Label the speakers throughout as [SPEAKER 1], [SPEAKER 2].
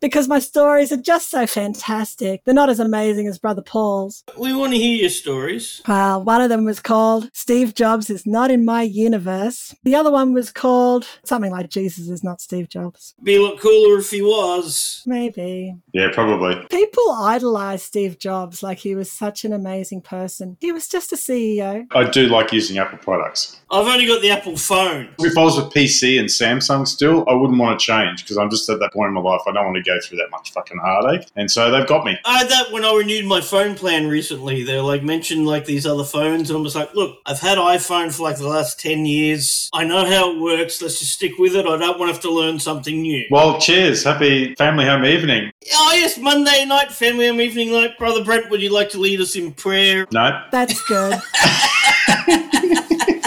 [SPEAKER 1] because my stories are just so fantastic. They're not as amazing as Brother Paul's.
[SPEAKER 2] We want to hear your stories.
[SPEAKER 1] Well, one of them was called Steve Jobs is Not in My Universe. The other one was called something like Jesus is Not Steve Jobs.
[SPEAKER 2] Be a lot cooler if he was.
[SPEAKER 1] Maybe.
[SPEAKER 3] Yeah, probably.
[SPEAKER 1] People idolize Steve Jobs like he was such an amazing person. He was just a E CEO.
[SPEAKER 3] I do like using Apple products.
[SPEAKER 2] I've only got the Apple phone.
[SPEAKER 3] If I was a PC and Samsung still, I wouldn't want to change because I'm just at that point in my life. I don't want to go through that much fucking heartache. And so they've got me.
[SPEAKER 2] I had that when I renewed my phone plan recently. They were like mentioned like these other phones, and I was like, look, I've had iPhone for like the last ten years. I know how it works. Let's just stick with it. I don't want to have to learn something new.
[SPEAKER 3] Well, cheers. Happy family home evening.
[SPEAKER 2] Oh yes, Monday night, family home evening night. Brother Brent, would you like to lead us in prayer?
[SPEAKER 3] No,
[SPEAKER 1] That's good.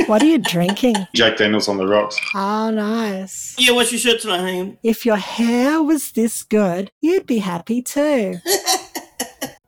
[SPEAKER 1] what are you drinking?
[SPEAKER 3] Jack Daniels on the rocks.
[SPEAKER 1] Oh, nice.
[SPEAKER 2] Yeah, what's your shirt tonight, Ham?
[SPEAKER 1] If your hair was this good, you'd be happy too.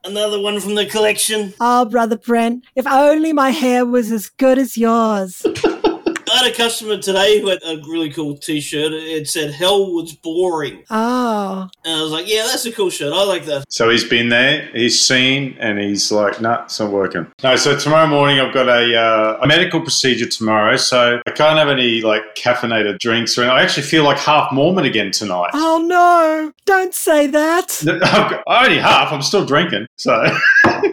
[SPEAKER 2] Another one from the collection.
[SPEAKER 1] Oh, Brother Brent, if only my hair was as good as yours.
[SPEAKER 2] I had a customer today who had a really cool T-shirt. It said "Hell was boring,"
[SPEAKER 1] Oh,
[SPEAKER 2] and I was like, "Yeah, that's a cool shirt. I like that."
[SPEAKER 3] So he's been there, he's seen, and he's like, nah, it's not working. No, so tomorrow morning I've got a, uh, a medical procedure tomorrow, so I can't have any like caffeinated drinks or anything. I actually feel like half Mormon again tonight.
[SPEAKER 1] oh no, don't say that.
[SPEAKER 3] I've got- Only half, I'm still drinking. So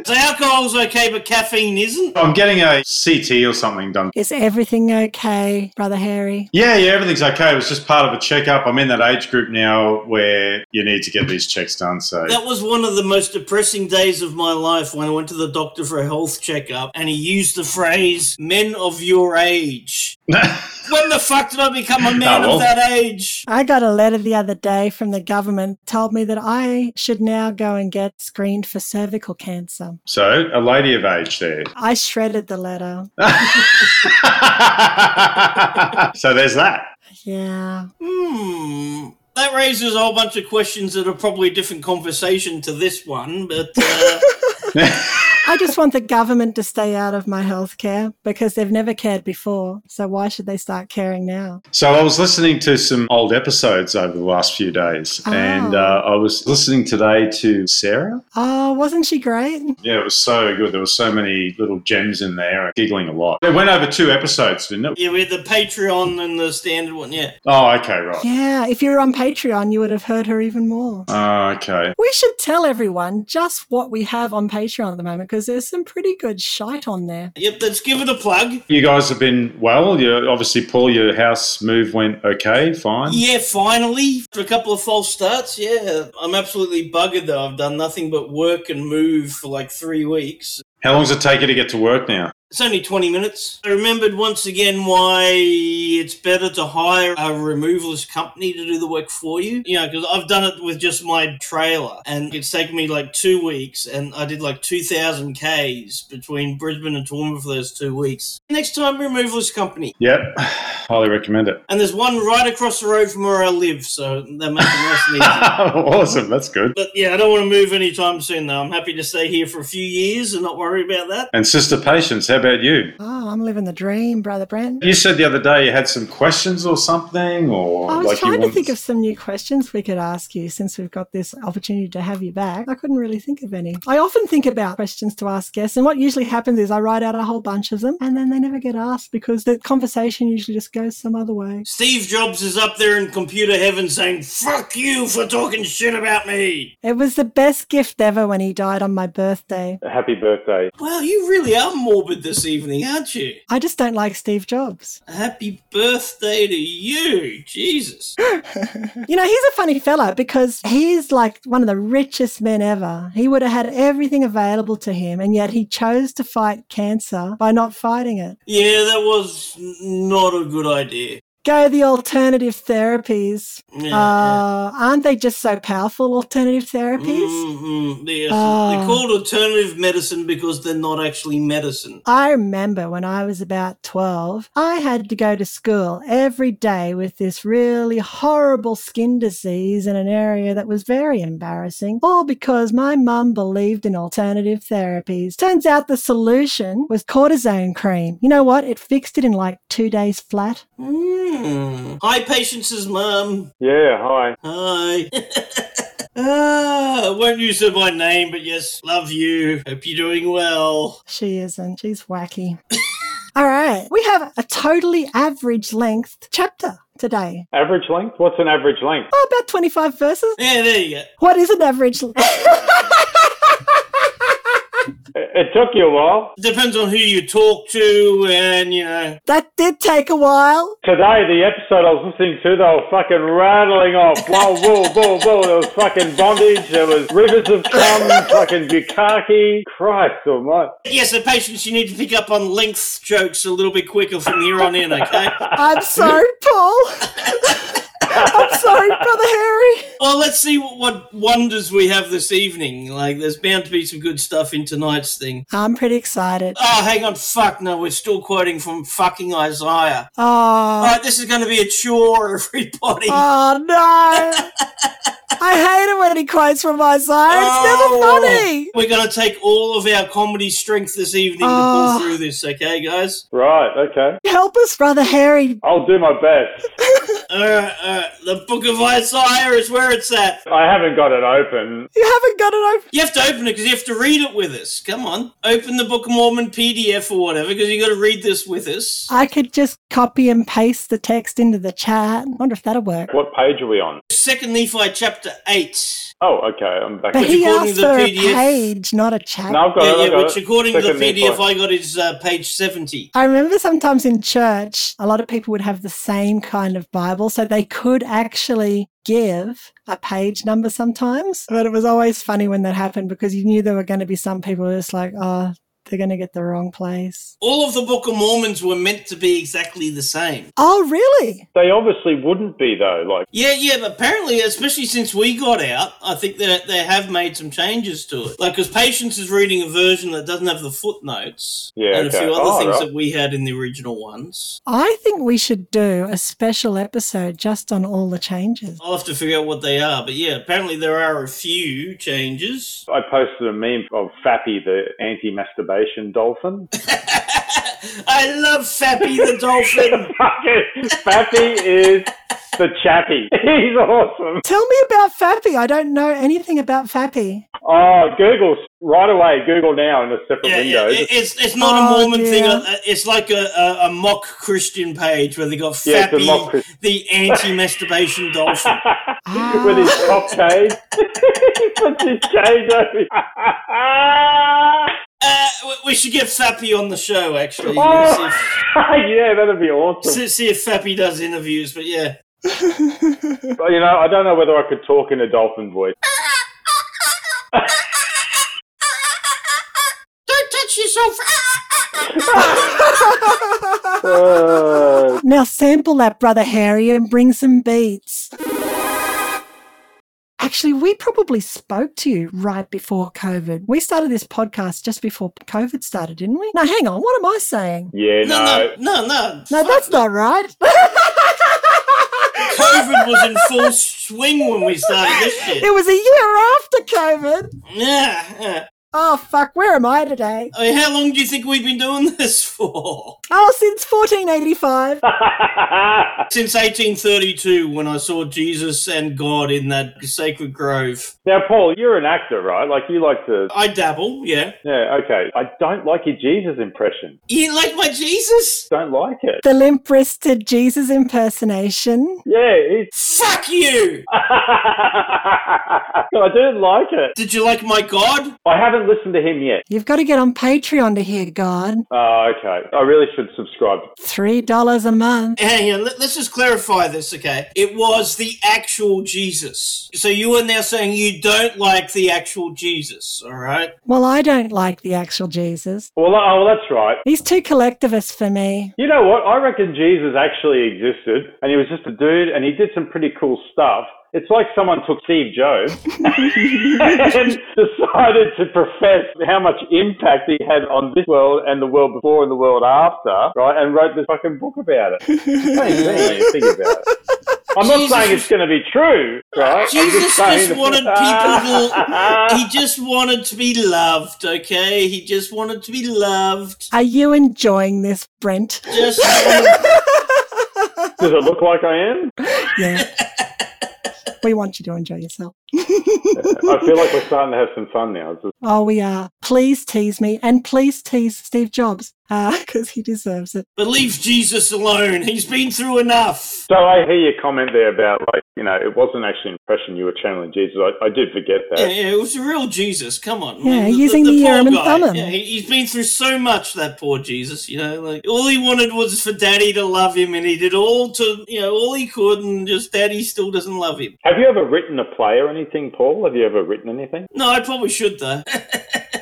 [SPEAKER 2] So alcohol's okay, but caffeine isn't.
[SPEAKER 3] I'm getting a CT or something done.
[SPEAKER 1] Is everything okay, Brother Harry?
[SPEAKER 3] Yeah, yeah, everything's okay. It was just part of a checkup. I'm in that age group now where you need to get these checks done. So
[SPEAKER 2] That was one of the most depressing days of my life when I went to the doctor for a health checkup and he used the phrase, men of your age. when the fuck did I become a man
[SPEAKER 3] Ah, well.
[SPEAKER 2] of that age?
[SPEAKER 1] I got a letter the other day from the government told me that I should now go and get screened for cervical cancer.
[SPEAKER 3] so a lady of age there.
[SPEAKER 1] I shredded the letter.
[SPEAKER 3] so there's that.
[SPEAKER 1] Yeah.
[SPEAKER 2] Hmm. That raises a whole bunch of questions that are probably a different conversation to this one, but uh,
[SPEAKER 1] I just want the government to stay out of my healthcare because they've never cared before. So why should they start caring now?
[SPEAKER 3] So I was listening to some old episodes over the last few days,
[SPEAKER 1] Oh.
[SPEAKER 3] and uh, I was listening today to Sarah.
[SPEAKER 1] Oh, wasn't she great?
[SPEAKER 3] Yeah, it was so good. There were so many little gems in there. Giggling a lot. It went over two episodes, didn't it?
[SPEAKER 2] yeah, we had the Patreon and the standard one, yeah.
[SPEAKER 3] Oh, okay, right.
[SPEAKER 1] Yeah, if you were on Patreon, you would have heard her even more.
[SPEAKER 3] Oh, okay.
[SPEAKER 1] We should tell everyone just what we have on Patreon at the moment because there's some pretty good shite on there.
[SPEAKER 2] Yep, let's give it a plug.
[SPEAKER 3] You guys have been well. You obviously, Paul, your house move went okay, fine.
[SPEAKER 2] Yeah, finally. After a couple of false starts, yeah. I'm absolutely buggered though. I've done nothing but work and move for like three weeks.
[SPEAKER 3] How long does it take you to get to work now?
[SPEAKER 2] It's only 20 minutes. I remembered once again why it's better to hire a removalist company to do the work for you. You know, because I've done it with just my trailer and it's taken me like two weeks and I did like 2,000 Ks between Brisbane and Toowoomba for those two weeks. Next time, removalist company.
[SPEAKER 3] Yep, highly recommend it.
[SPEAKER 2] And there's one right across the road from where I live, so that makes it nice and easy.
[SPEAKER 3] awesome, that's good.
[SPEAKER 2] But yeah, I don't want to move anytime soon though. I'm happy to stay here for a few years and not worry about that.
[SPEAKER 3] And sister patience, how about you?
[SPEAKER 1] Oh, I'm living the dream, Brother Brent.
[SPEAKER 3] You said the other day you had some questions or something, or
[SPEAKER 1] I was
[SPEAKER 3] like you
[SPEAKER 1] trying to
[SPEAKER 3] want-
[SPEAKER 1] think of some new questions we could ask you since we've got this opportunity to have you back. I couldn't really think of any. I often think about questions to ask guests, and what usually happens is I write out a whole bunch of them and then they never get asked because the conversation usually just goes some other way.
[SPEAKER 2] Steve Jobs is up there in computer heaven saying, fuck you for talking shit about me.
[SPEAKER 1] It was the best gift ever when he died on my birthday.
[SPEAKER 3] Happy birthday.
[SPEAKER 2] Wow, you really are morbid this evening, aren't you?
[SPEAKER 1] I just don't like Steve Jobs.
[SPEAKER 2] Happy birthday to you. Jesus.
[SPEAKER 1] You know, he's a funny fella because he's like one of the richest men ever. He would have had everything available to him, and yet he chose to fight cancer by not fighting it.
[SPEAKER 2] Yeah, that was n- not a good idea.
[SPEAKER 1] Go the alternative therapies.
[SPEAKER 2] Yeah,
[SPEAKER 1] Uh, aren't they just so powerful, alternative
[SPEAKER 2] yeah.
[SPEAKER 1] therapies?
[SPEAKER 2] Mm-mm, Mm-hmm. yes.
[SPEAKER 1] Ah.
[SPEAKER 2] They're called alternative medicine because they're not actually medicine.
[SPEAKER 1] I remember when I was about 12, I had to go to school every day with this really horrible skin disease in an area that was very embarrassing, all because my mum believed in alternative therapies. Turns out the solution was cortisone cream. You know what? It fixed it in like two days flat.
[SPEAKER 2] Hmm. Mm. Hi, Patience's mum.
[SPEAKER 3] Yeah, hi.
[SPEAKER 2] Hi. Ah, I won't use her by name, but yes, love you. Hope you're doing well.
[SPEAKER 1] She isn't. She's wacky. All right. We have a totally average length chapter today.
[SPEAKER 3] Average length? What's an average length?
[SPEAKER 1] Oh, about 25 verses.
[SPEAKER 2] Yeah, there you go.
[SPEAKER 1] What is an average length?
[SPEAKER 3] It, it took you a while.
[SPEAKER 2] Depends on who you talk to, and you know,
[SPEAKER 1] that did take a while.
[SPEAKER 3] Today, the episode I was listening to, they were fucking rattling off. Whoa, whoa, whoa, whoa. There was fucking bondage. There was rivers of cum, fucking bukkake. Christ almighty.
[SPEAKER 2] yes, the patients you need to pick up on length jokes a little bit quicker from here on in, okay?
[SPEAKER 1] I'm sorry, Paul. I'm sorry, Brother Harry.
[SPEAKER 2] well, let's see what, what wonders we have this evening. Like, there's bound to be some good stuff in tonight's thing.
[SPEAKER 1] I'm pretty excited.
[SPEAKER 2] Oh, hang on, fuck no, we're still quoting from fucking Isaiah. All
[SPEAKER 1] Oh,
[SPEAKER 2] right, this is going to be a chore, everybody.
[SPEAKER 1] oh no. I hate it when he quotes from my side. It's never
[SPEAKER 2] Oh.
[SPEAKER 1] funny.
[SPEAKER 2] We're going to take all of our comedy strength this evening to
[SPEAKER 1] Oh.
[SPEAKER 2] pull through this, okay, guys?
[SPEAKER 3] Right, okay.
[SPEAKER 1] Help us, Brother Harry.
[SPEAKER 3] I'll do my best.
[SPEAKER 2] All right, all right. Uh, The Book of Isaiah is where it's at.
[SPEAKER 3] I haven't got it open.
[SPEAKER 1] You haven't got it open.
[SPEAKER 2] You have to open it because you have to read it with us. Come on. Open the Book of Mormon PDF or whatever because you got to read this with us.
[SPEAKER 1] I could just copy and paste the text into the chat. wonder if that'll work.
[SPEAKER 3] What page are we on?
[SPEAKER 2] Second Nephi chapter 8.
[SPEAKER 3] Oh, okay. I'm back.
[SPEAKER 1] But he
[SPEAKER 2] according
[SPEAKER 1] asked
[SPEAKER 2] to the
[SPEAKER 1] for a
[SPEAKER 2] PDF
[SPEAKER 1] page, not a chat.
[SPEAKER 3] No, I've got
[SPEAKER 2] Yeah,
[SPEAKER 3] it. I've
[SPEAKER 2] yeah,
[SPEAKER 3] got
[SPEAKER 2] which
[SPEAKER 3] it.
[SPEAKER 2] according to the
[SPEAKER 3] Second
[SPEAKER 2] PDF
[SPEAKER 3] Nephi.
[SPEAKER 2] I got is uh, page 70.
[SPEAKER 1] I remember sometimes in church, a lot of people would have the same kind of Bible, so they could actually give a page number sometimes. But it was always funny when that happened because you knew there were going to be some people who were just like, oh, they're going to get the wrong place.
[SPEAKER 2] All of the Book of Mormons were meant to be exactly the same.
[SPEAKER 1] Oh, really?
[SPEAKER 3] They obviously wouldn't be, though. Like,
[SPEAKER 2] Yeah, yeah, but apparently, especially since we got out, I think that they have made some changes to it. Like, because Patience is reading a version that doesn't have the footnotes
[SPEAKER 3] Yeah,
[SPEAKER 2] and a
[SPEAKER 3] okay.
[SPEAKER 2] few other
[SPEAKER 3] Oh,
[SPEAKER 2] things
[SPEAKER 3] right.
[SPEAKER 2] that we had in the original ones.
[SPEAKER 1] I think we should do a special episode just on all the changes.
[SPEAKER 2] I'll have to figure out what they are, but yeah, apparently there are a few changes.
[SPEAKER 3] I posted a meme of Fappy, the anti masturbation dolphin.
[SPEAKER 2] I love Fappy the dolphin.
[SPEAKER 3] Fucking Fappy is the chappy. He's awesome.
[SPEAKER 1] Tell me about Fappy. I don't know anything about Fappy.
[SPEAKER 3] Oh, Google right away. Google now in a separate
[SPEAKER 2] Yeah, yeah,
[SPEAKER 3] window.
[SPEAKER 2] it- it's it's not a
[SPEAKER 1] Oh,
[SPEAKER 2] Mormon thing.
[SPEAKER 1] yeah.
[SPEAKER 2] uh, It's like a, a, a mock Christian page where they got
[SPEAKER 3] Yeah, it's a
[SPEAKER 2] Fappy,
[SPEAKER 3] mock Christian.
[SPEAKER 2] the anti-masturbation dolphin.
[SPEAKER 3] With his top shade. he puts his shade over.
[SPEAKER 2] Uh, we- we should get Fappy on the show, actually. See,
[SPEAKER 3] oh,
[SPEAKER 2] if,
[SPEAKER 3] yeah, that'd be awesome.
[SPEAKER 2] see- see if Fappy does interviews, but yeah.
[SPEAKER 3] But, you know, I don't know whether I could talk in a dolphin voice.
[SPEAKER 2] Don't touch yourself!
[SPEAKER 3] Uh,
[SPEAKER 1] Now sample that, Brother Harry, and bring some beats. Actually, we probably spoke to you right before COVID. We started this podcast just before COVID started, didn't we? Now, hang on. What am I saying?
[SPEAKER 3] yeah,
[SPEAKER 2] No, no, no, no.
[SPEAKER 1] No, that's not right.
[SPEAKER 2] COVID was in full swing when we started this shit.
[SPEAKER 1] it was a year after COVID.
[SPEAKER 2] Yeah, yeah.
[SPEAKER 1] Oh, fuck. Where am I today?
[SPEAKER 2] I mean, how long do you think we've been doing this for?
[SPEAKER 1] Oh, since 1485.
[SPEAKER 3] no.
[SPEAKER 2] Since 1832, when I saw Jesus and God in that sacred grove.
[SPEAKER 3] Now, Paul, you're an actor, right? Like, you like to.
[SPEAKER 2] I dabble, yeah.
[SPEAKER 3] Yeah, okay. I don't like your Jesus impression.
[SPEAKER 2] You like my Jesus?
[SPEAKER 3] Don't like it.
[SPEAKER 1] The limp wristed Jesus impersonation.
[SPEAKER 3] Yeah, it's.
[SPEAKER 2] Fuck you!
[SPEAKER 3] I didn't like it.
[SPEAKER 2] Did you like my God?
[SPEAKER 3] I haven't listened to him yet.
[SPEAKER 1] You've got to get on Patreon to hear God.
[SPEAKER 3] Oh, okay. I really should subscribe.
[SPEAKER 1] $3 a month.
[SPEAKER 2] Hang on, let, let's just clarify this, okay? It was the actual Jesus. So you are now saying you don't like the actual Jesus, all right?
[SPEAKER 1] Well, I don't like the actual Jesus.
[SPEAKER 3] Well, oh, well, that's right.
[SPEAKER 1] He's too collectivist for me.
[SPEAKER 3] You know what? I reckon Jesus actually existed, and he was just a dude, and he did some pretty cool stuff. It's like someone took Steve Jobs and decided to profess how much impact he had on this world and the world before and the world after, right? And wrote this fucking book about it. It's insane when you think about it. I'm not
[SPEAKER 2] Jesus
[SPEAKER 3] saying it's going to be true, right? I'm
[SPEAKER 2] Jesus
[SPEAKER 3] saying
[SPEAKER 2] just
[SPEAKER 3] that-
[SPEAKER 2] wanted people to. He just wanted to be loved, okay? He just wanted to be loved.
[SPEAKER 1] Are you enjoying this, Brent?
[SPEAKER 2] Just.
[SPEAKER 3] Does it look like I am?
[SPEAKER 1] Yeah. we want you to enjoy yourself.
[SPEAKER 3] I feel like we're starting to have some fun now. It's just-
[SPEAKER 1] Oh, we are. Please tease me and please tease Steve Jobs because he deserves it.
[SPEAKER 2] But leave Jesus alone. He's been through enough.
[SPEAKER 3] So I hear your comment there about like you know it wasn't actually an impression you were channeling Jesus. I, I did forget
[SPEAKER 2] Yeah,
[SPEAKER 3] that.
[SPEAKER 2] yeah, it was a real Jesus. Come on.
[SPEAKER 1] Yeah,
[SPEAKER 2] man.
[SPEAKER 1] using the
[SPEAKER 2] poor
[SPEAKER 1] urim and
[SPEAKER 2] guy.
[SPEAKER 1] thummim.
[SPEAKER 2] Yeah, he, he's been through so much, that poor Jesus, you know. Like, all he wanted was for daddy to love him, and he did all to, you know, all he could, and just daddy still doesn't love him.
[SPEAKER 3] Have you ever written a play or anything, Paul? Have you ever written anything?
[SPEAKER 2] No, I probably should, though.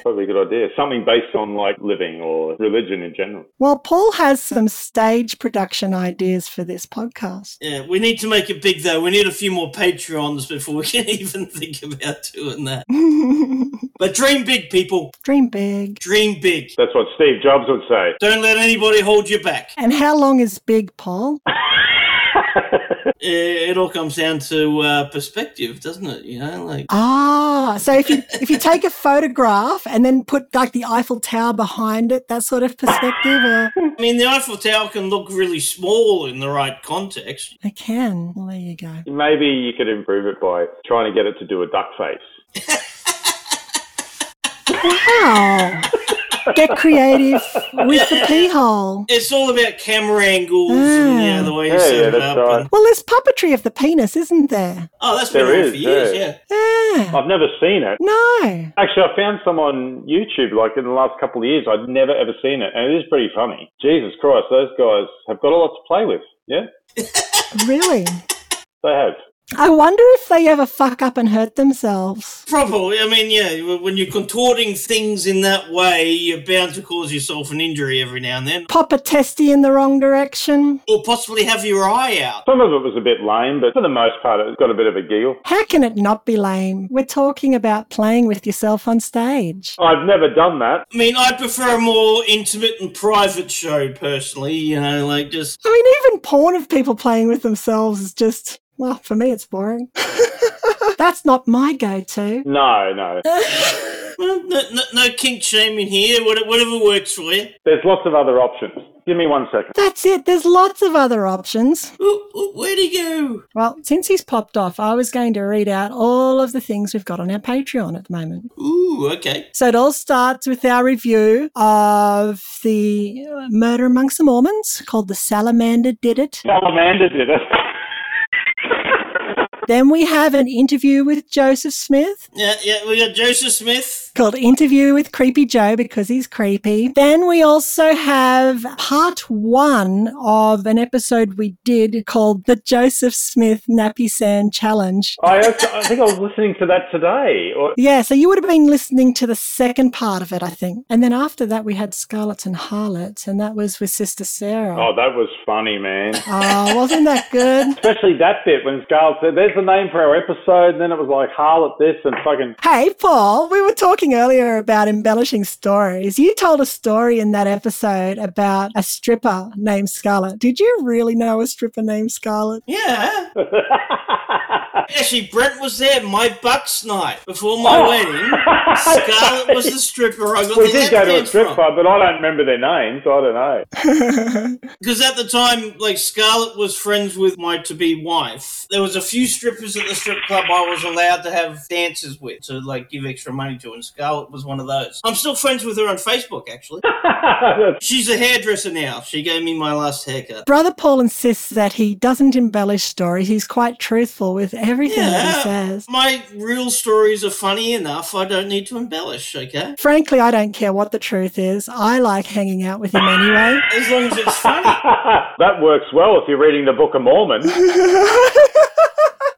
[SPEAKER 3] Probably a good idea. Something based on like living or religion in general.
[SPEAKER 1] Well, Paul has some stage production ideas for this podcast.
[SPEAKER 2] yeah, we need to make it big, though. We need a few more Patreons before we can even think about doing that. But dream big, people.
[SPEAKER 1] Dream big.
[SPEAKER 2] Dream big.
[SPEAKER 3] That's what Steve Jobs would say.
[SPEAKER 2] Don't let anybody hold you back.
[SPEAKER 1] And how long is big, Paul?
[SPEAKER 2] It, it all comes down to uh, perspective, doesn't it? You know, like
[SPEAKER 1] Ah, so if you if you take a photograph and then put like the Eiffel Tower behind it, that sort of perspective, or
[SPEAKER 2] I mean, the Eiffel Tower can look really small in the right context.
[SPEAKER 1] I can. Well, there you go.
[SPEAKER 3] Maybe you could improve it by trying to get it to do a duck face.
[SPEAKER 1] Wow. Get creative with the pee hole.
[SPEAKER 2] It's all about camera angles and yeah, the way you
[SPEAKER 3] Yeah,
[SPEAKER 2] set
[SPEAKER 3] yeah,
[SPEAKER 2] it
[SPEAKER 3] that's
[SPEAKER 2] up.
[SPEAKER 3] right.
[SPEAKER 2] and-
[SPEAKER 1] Well, there's puppetry of the penis, isn't there?
[SPEAKER 2] oh, that's been
[SPEAKER 3] There
[SPEAKER 2] on
[SPEAKER 3] is,
[SPEAKER 2] for years.
[SPEAKER 3] yeah.
[SPEAKER 2] Yeah.
[SPEAKER 1] Yeah.
[SPEAKER 3] I've never seen it.
[SPEAKER 1] No.
[SPEAKER 3] Actually, I found some on YouTube like in the last couple of years. I'd never ever seen it, and it is pretty funny. Jesus Christ, those guys have got a lot to play with. Yeah,
[SPEAKER 1] Really?
[SPEAKER 3] they have.
[SPEAKER 1] I wonder if they ever fuck up and hurt themselves.
[SPEAKER 2] Probably. I mean, yeah. When you're contorting things in that way, you're bound to cause yourself an injury every now and then,
[SPEAKER 1] Pop a testy in the wrong direction.
[SPEAKER 2] or possibly have your eye out.
[SPEAKER 3] Some of it was a bit lame, but for the most part, it got a bit of a giggle.
[SPEAKER 1] How can it not be lame? We're talking about playing with yourself on stage.
[SPEAKER 3] I've never done that.
[SPEAKER 2] I mean, I prefer a more intimate and private show personally. You know, like just
[SPEAKER 1] I mean, even porn of people playing with themselves is just, well, for me, it's boring. That's not my go to.
[SPEAKER 3] No, no.
[SPEAKER 2] well, no, no, no kink shaming here. what- Whatever works for you.
[SPEAKER 3] There's lots of other options. Give me one second.
[SPEAKER 1] That's it. There's lots of other options.
[SPEAKER 2] Ooh, ooh, where'd he go?
[SPEAKER 1] Well, since he's popped off, I was going to read out all of the things we've got on our Patreon at the moment.
[SPEAKER 2] Ooh, okay.
[SPEAKER 1] So it all starts with our review of the uh, murder amongst the Mormons called The Salamander Did It.
[SPEAKER 3] Salamander did it.
[SPEAKER 1] Then we have an interview with Joseph Smith
[SPEAKER 2] Yeah, yeah, we got Joseph Smith.
[SPEAKER 1] called Interview with Creepy Joe because he's creepy. Then we also have part one of an episode we did called The Joseph Smith Nappy Sand Challenge.
[SPEAKER 3] I, also, I think I was listening to that today. Or,
[SPEAKER 1] Yeah, so you would have been listening to the second part of it, I think. And then after that, we had Scarlets and Harlots, and that was with Sister Sarah.
[SPEAKER 3] oh, that was funny, man.
[SPEAKER 1] Oh, wasn't that good?
[SPEAKER 3] Especially that bit when Scarlett said, there's the name for our episode, and then it was like harlot this and fucking.
[SPEAKER 1] Hey, Paul, we were talking earlier about embellishing stories. You told a story in that episode about a stripper named Scarlet. Did you really know a stripper named Scarlet?
[SPEAKER 2] Yeah. Actually, Brent was there, my bucks night before my wedding. Scarlett was the stripper I got
[SPEAKER 3] Oh. we
[SPEAKER 2] the lap
[SPEAKER 3] did go to a
[SPEAKER 2] dance
[SPEAKER 3] strip
[SPEAKER 2] from.
[SPEAKER 3] club, but I don't remember their names. I don't know.
[SPEAKER 2] Because at the time, like, Scarlett was friends with my to be wife. There was a few strippers at the strip club I was allowed to have dances with to, like, give extra money to, and Scarlett was one of those. I'm still friends with her on Facebook, actually. She's a hairdresser now. She gave me my last haircut.
[SPEAKER 1] Brother Paul insists that he doesn't embellish stories. He's quite truthful with everything that he says.
[SPEAKER 2] My real stories are funny enough. I don't need to embellish, okay?
[SPEAKER 1] Frankly, I don't care what the truth is. I like hanging out with him anyway.
[SPEAKER 2] As long as it's funny.
[SPEAKER 3] that works well if you're reading the Book of Mormon.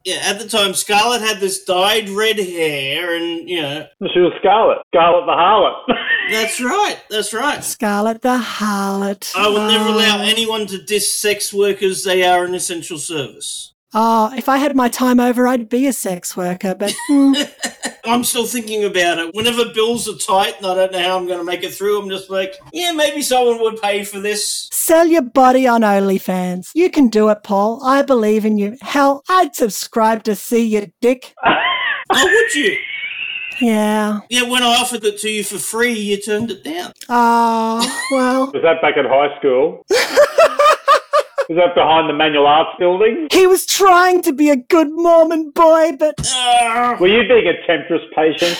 [SPEAKER 2] Yeah, at the time, Scarlett had this dyed red hair, and, you know,
[SPEAKER 3] She was Scarlet. Scarlet the harlot.
[SPEAKER 2] that's right. That's right.
[SPEAKER 1] Scarlet the harlot.
[SPEAKER 2] I will never
[SPEAKER 1] Oh.
[SPEAKER 2] allow anyone to diss sex workers. They are an essential service.
[SPEAKER 1] Oh, if I had my time over, I'd be a sex worker, but mm,
[SPEAKER 2] I'm still thinking about it. Whenever bills are tight and I don't know how I'm going to make it through, I'm just like, yeah, maybe someone would pay for this.
[SPEAKER 1] sell your body on OnlyFans. You can do it, Paul. I believe in you. Hell, I'd subscribe to see your dick.
[SPEAKER 2] Oh, would you?
[SPEAKER 1] Yeah.
[SPEAKER 2] Yeah, when I offered it to you for free, you turned it down.
[SPEAKER 1] Oh, well.
[SPEAKER 3] was that back at high school? Is that behind the Manual Arts Building?
[SPEAKER 1] He was trying to be a good Mormon boy, but
[SPEAKER 2] Ah,
[SPEAKER 3] Were you being a temptress patient?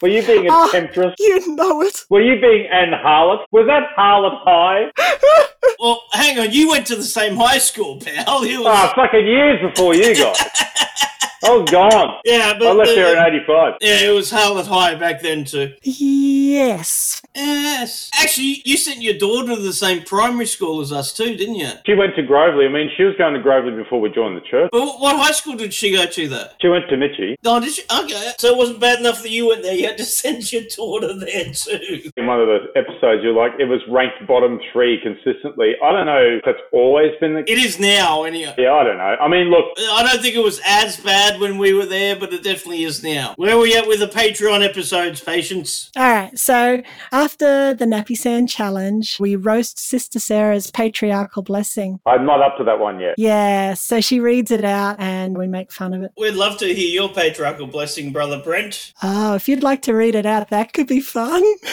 [SPEAKER 3] Were you being a
[SPEAKER 1] Ah.
[SPEAKER 3] temptress?
[SPEAKER 1] you know it.
[SPEAKER 3] Were you being an harlot? Was that harlot high?
[SPEAKER 2] well, hang on. You went to the same high school, pal. You was-
[SPEAKER 3] Ah, fucking years before you guys. I was gone.
[SPEAKER 2] yeah, but
[SPEAKER 3] I left
[SPEAKER 2] the-
[SPEAKER 3] there in 85.
[SPEAKER 2] yeah, it was Harlot High back then too.
[SPEAKER 1] Yes.
[SPEAKER 2] Yes. Actually, you sent your daughter to the same primary school as us too, didn't you?
[SPEAKER 3] She went to Grovely. I mean, she was going to Grovely before we joined the church.
[SPEAKER 2] But wh- what high school did she go to though?
[SPEAKER 3] She went to Mitchie.
[SPEAKER 2] Oh, did she? Okay. So it wasn't bad enough that you went there. You had to send your daughter there too.
[SPEAKER 3] In one of the episodes, you're like, it was ranked bottom three consistently. I don't know if that's always been the
[SPEAKER 2] It is now, anyway.
[SPEAKER 3] Yeah, I don't know. I mean, look,
[SPEAKER 2] I don't think it was as bad when we were there, but it definitely is now. Where are we at with the Patreon episodes, patients?
[SPEAKER 1] All right. So after the Nappy Sand Challenge, we roast Sister Sarah's patriarchal blessing.
[SPEAKER 3] I'm not up to that one yet.
[SPEAKER 1] Yeah. So she reads it out and we make fun of it.
[SPEAKER 2] We'd love to hear your patriarchal blessing, brother Brent.
[SPEAKER 1] Oh, if you'd like to read it out, that could be fun.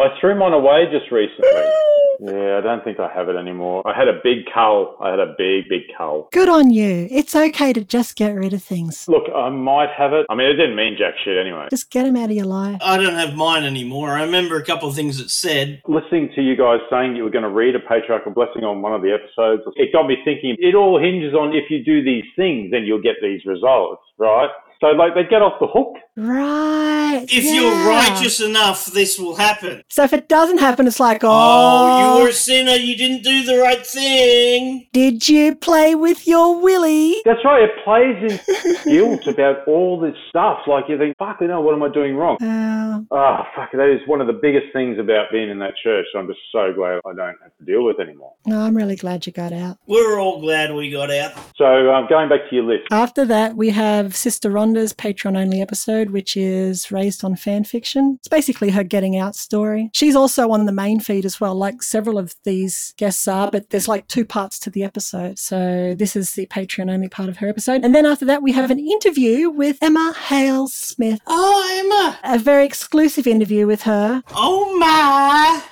[SPEAKER 3] I threw mine away just recently. Yeah, I don't think I have it anymore. I had a big cull. I had a big, big cull.
[SPEAKER 1] Good on you. It's okay to just get rid of things.
[SPEAKER 3] Look, I might have it. I mean, it didn't mean jack shit anyway.
[SPEAKER 1] Just get them out of your life.
[SPEAKER 2] I don't have mine anymore. I remember a couple of things it said.
[SPEAKER 3] Listening to you guys saying you were going to read a patriarchal blessing on one of the episodes, it got me thinking it all hinges on if you do these things, then you'll get these results, right? So, like, they get off the hook.
[SPEAKER 1] Right.
[SPEAKER 2] If
[SPEAKER 1] yeah.
[SPEAKER 2] you're righteous enough, this will happen.
[SPEAKER 1] So if it doesn't happen, it's like, oh,
[SPEAKER 2] Oh, you were a sinner. You didn't do the right thing.
[SPEAKER 1] did you play with your willy?
[SPEAKER 3] That's right. It plays in guilt about all this stuff. Like, you think, fuck, you know, what am I doing wrong?
[SPEAKER 1] Oh,
[SPEAKER 3] Oh, fuck. That is one of the biggest things about being in that church. I'm just so glad I don't have to deal with anymore.
[SPEAKER 1] no, I'm really glad you got out.
[SPEAKER 2] We're all glad we got out.
[SPEAKER 3] So, um, going back to your list,
[SPEAKER 1] After that, we have Sister Rhonda's Patreon only episode, which is raised on fan fiction. It's basically her getting out story. She's also on the main feed as well, like several of these guests are, but there's like two parts to the episode. So this is the Patreon only part of her episode. And then after that, we have an interview with Emma Hale Smith,
[SPEAKER 2] Oh, Emma.
[SPEAKER 1] a very exclusive interview with her.
[SPEAKER 2] Oh, my.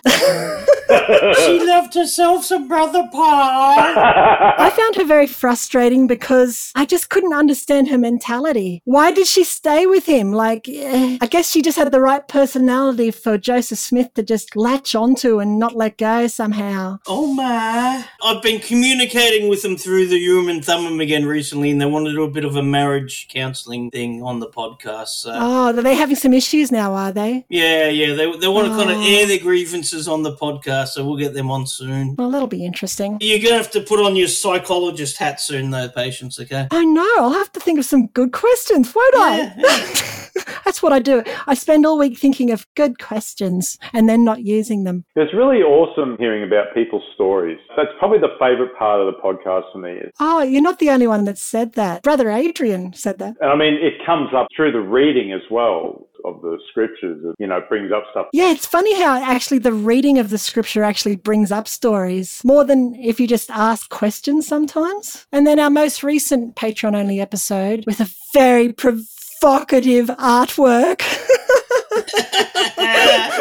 [SPEAKER 2] she left herself some brother pie.
[SPEAKER 1] I found her very frustrating because I just couldn't understand her mentality. Why did she stay with him? Like, eh, I guess she just had the right personality for Joseph Smith to just latch onto and not let go somehow.
[SPEAKER 2] Oh my! I've been communicating with them through the human thumbum again recently, and they want to do a bit of a marriage counselling thing on the podcast. So.
[SPEAKER 1] Oh, they're having some issues now, are they?
[SPEAKER 2] Yeah, yeah, they, they want to kind of
[SPEAKER 1] Oh.
[SPEAKER 2] air their grievances on the podcast, so we'll get them on soon.
[SPEAKER 1] Well, that'll be interesting.
[SPEAKER 2] You're gonna have to put on your psychologist hat soon, though, patients. Okay?
[SPEAKER 1] I know. I'll have to think of some good questions, won't
[SPEAKER 2] Yeah,
[SPEAKER 1] I? That's what I do. I spend all week thinking of good questions and then not using them.
[SPEAKER 3] it's really awesome hearing about people's stories. That's probably the favorite part of the podcast for me. Is,
[SPEAKER 1] Oh, you're not the only one that said that. Brother Adrian said that.
[SPEAKER 3] and I mean, it comes up through the reading as well of the scriptures. It, you know, brings up stuff.
[SPEAKER 1] Yeah, it's funny how actually the reading of the scripture actually brings up stories more than if you just ask questions sometimes. And then our most recent Patreon only episode with a very provocative artwork
[SPEAKER 2] yeah,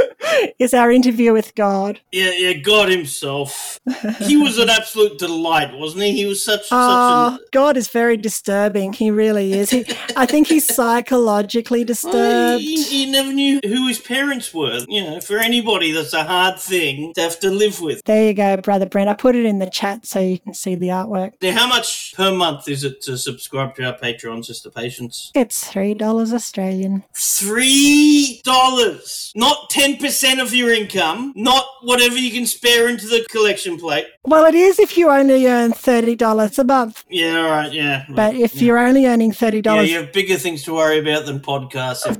[SPEAKER 1] is our interview with God.
[SPEAKER 2] yeah, God himself. He was an absolute delight, wasn't he? He was such
[SPEAKER 1] Oh,
[SPEAKER 2] such an.
[SPEAKER 1] God is very disturbing. He really is. He, I think he's psychologically
[SPEAKER 2] Oh,
[SPEAKER 1] disturbed.
[SPEAKER 2] He, he never knew who his parents were. You know, for anybody, that's a hard thing to have to live with.
[SPEAKER 1] There you go, Brother Brent. I put it in the chat so you can see the artwork.
[SPEAKER 2] Now, how much per month is it to subscribe to our Patreon, Sister Patients?
[SPEAKER 1] It's $3 Australian.
[SPEAKER 2] Three dollars. Not ten percent of your income, not whatever you can spare into the collection plate.
[SPEAKER 1] Well, it is if you only earn $30 a month.
[SPEAKER 2] Yeah, all right, yeah. right,
[SPEAKER 1] But if
[SPEAKER 2] yeah.
[SPEAKER 1] you're only earning thirty
[SPEAKER 2] yeah,
[SPEAKER 1] dollars,
[SPEAKER 2] you have bigger things to worry about than podcasts.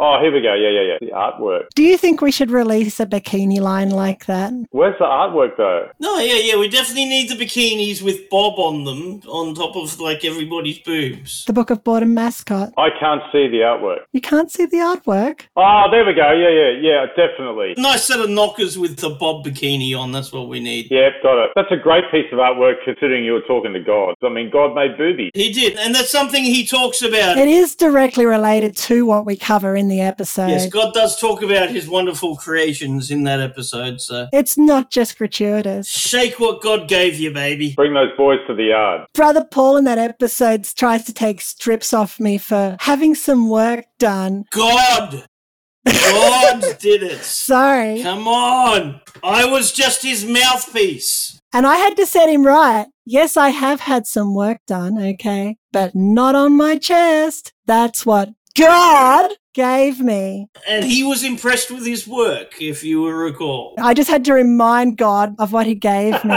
[SPEAKER 3] Oh, here we go. Yeah, yeah, yeah. The artwork.
[SPEAKER 1] do you think we should release a bikini line like that?
[SPEAKER 3] Where's the artwork though?
[SPEAKER 2] no, yeah, yeah. We definitely need the bikinis with Bob on them, on top of like everybody's boobs.
[SPEAKER 1] The Book of Boredom mascot.
[SPEAKER 3] I can't see the artwork.
[SPEAKER 1] You can't see the artwork.
[SPEAKER 3] Oh, there we go. Yeah, yeah, yeah. Definitely.
[SPEAKER 2] Nice set of knockers with the Bob bikini on. That's what we need.
[SPEAKER 3] Yep, got it. That's a great piece of artwork considering you were talking to God. I mean, God made boobies.
[SPEAKER 2] He did, and that's something he talks about.
[SPEAKER 1] It is directly related to what we cover in in the episode.
[SPEAKER 2] Yes, God does talk about his wonderful creations in that episode, so.
[SPEAKER 1] it's not just gratuitous.
[SPEAKER 2] Shake what God gave you, baby.
[SPEAKER 3] Bring those boys to the yard.
[SPEAKER 1] Brother Paul in that episode tries to take strips off me for having some work done.
[SPEAKER 2] God! God did it.
[SPEAKER 1] Sorry.
[SPEAKER 2] Come on! I was just his mouthpiece.
[SPEAKER 1] And I had to set him right. Yes, I have had some work done, okay, but not on my chest. That's what God gave me.
[SPEAKER 2] And he was impressed with his work, if you will recall.
[SPEAKER 1] I just had to remind God of what he gave me.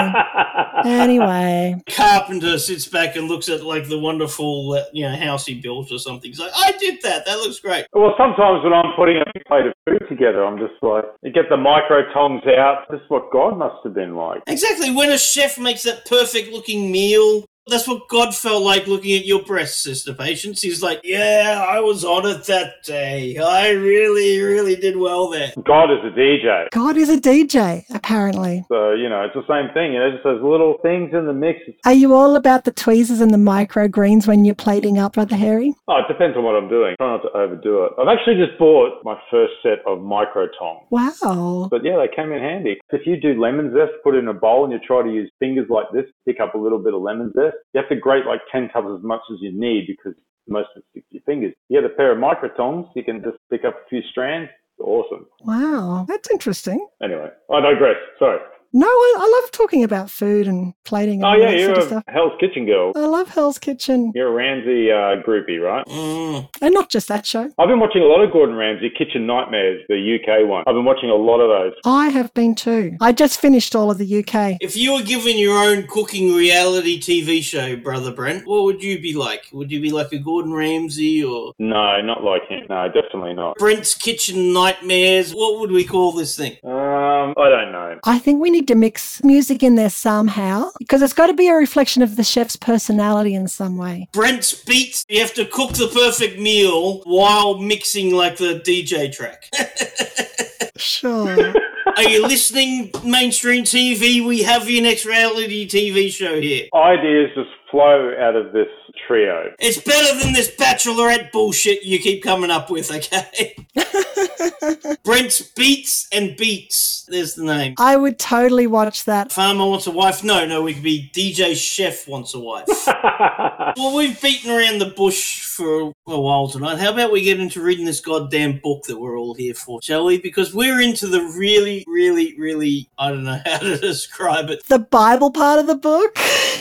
[SPEAKER 1] anyway,
[SPEAKER 2] Carpenter sits back and looks at like the wonderful uh, you know house he built or something. He's like, I did that. That looks great.
[SPEAKER 3] Well, sometimes when I'm putting a big plate of food together, I'm just like, you get the micro tongs out. This is what God must have been like.
[SPEAKER 2] Exactly. When a chef makes that perfect looking meal, that's what God felt like looking at your breasts, sister patience. He's like, Yeah, I was on it that day. I really, really did well there.
[SPEAKER 3] God is a DJ.
[SPEAKER 1] God is a DJ, apparently.
[SPEAKER 3] So, you know, it's the same thing. You know, just those little things in the mix. It's-
[SPEAKER 1] Are you all about the tweezers and the microgreens when you're plating up, Brother Harry?
[SPEAKER 3] Oh, it depends on what I'm doing. Try not to overdo it. I've actually just bought my first set of micro tongs.
[SPEAKER 1] Wow.
[SPEAKER 3] But yeah, they came in handy. If you do lemon zest, put it in a bowl and you try to use fingers like this, pick up a little bit of lemon zest. You have to grate like 10 cups as much as you need because most of it sticks to your fingers. You get a pair of micro tongs, you can just pick up a few strands. Awesome.
[SPEAKER 1] Wow. That's interesting.
[SPEAKER 3] Anyway, I digress. Sorry.
[SPEAKER 1] No, I, I love talking about food and plating and
[SPEAKER 3] Oh
[SPEAKER 1] all
[SPEAKER 3] yeah,
[SPEAKER 1] that
[SPEAKER 3] you're
[SPEAKER 1] sort of
[SPEAKER 3] a
[SPEAKER 1] stuff.
[SPEAKER 3] Hell's Kitchen girl.
[SPEAKER 1] I love Hell's Kitchen.
[SPEAKER 3] You're a Ramsey uh, groupie, right?
[SPEAKER 2] Mm.
[SPEAKER 1] And not just that show.
[SPEAKER 3] I've been watching a lot of Gordon Ramsay Kitchen Nightmares, the UK one. I've been watching a lot of those.
[SPEAKER 1] I have been too. I just finished all of the UK.
[SPEAKER 2] If you were given your own cooking reality TV show, Brother Brent, what would you be like? Would you be like a Gordon Ramsay or
[SPEAKER 3] No, not like him. No, definitely not.
[SPEAKER 2] Brent's Kitchen Nightmares? What would we call this thing?
[SPEAKER 3] Um, I don't know.
[SPEAKER 1] I think we need to mix music in there somehow because it's got to be a reflection of the chef's personality in some way.
[SPEAKER 2] Brent's beats. You have to cook the perfect meal while mixing like the DJ track.
[SPEAKER 1] Sure.
[SPEAKER 2] Are you listening, mainstream TV? We have your next reality TV show here.
[SPEAKER 3] Ideas just flow out of this trio.
[SPEAKER 2] It's better than this bachelorette bullshit you keep coming up with, okay? Brent's Beats and Beats. There's the name.
[SPEAKER 1] I would totally watch that.
[SPEAKER 2] Farmer wants a wife. No, no, we could be DJ Chef wants a wife. well, we've beaten around the bush for a while tonight. How about we get into reading this goddamn book that we're all here for, shall we? Because we're into the really, really, really, I don't know how to describe it.
[SPEAKER 1] The Bible part of the book?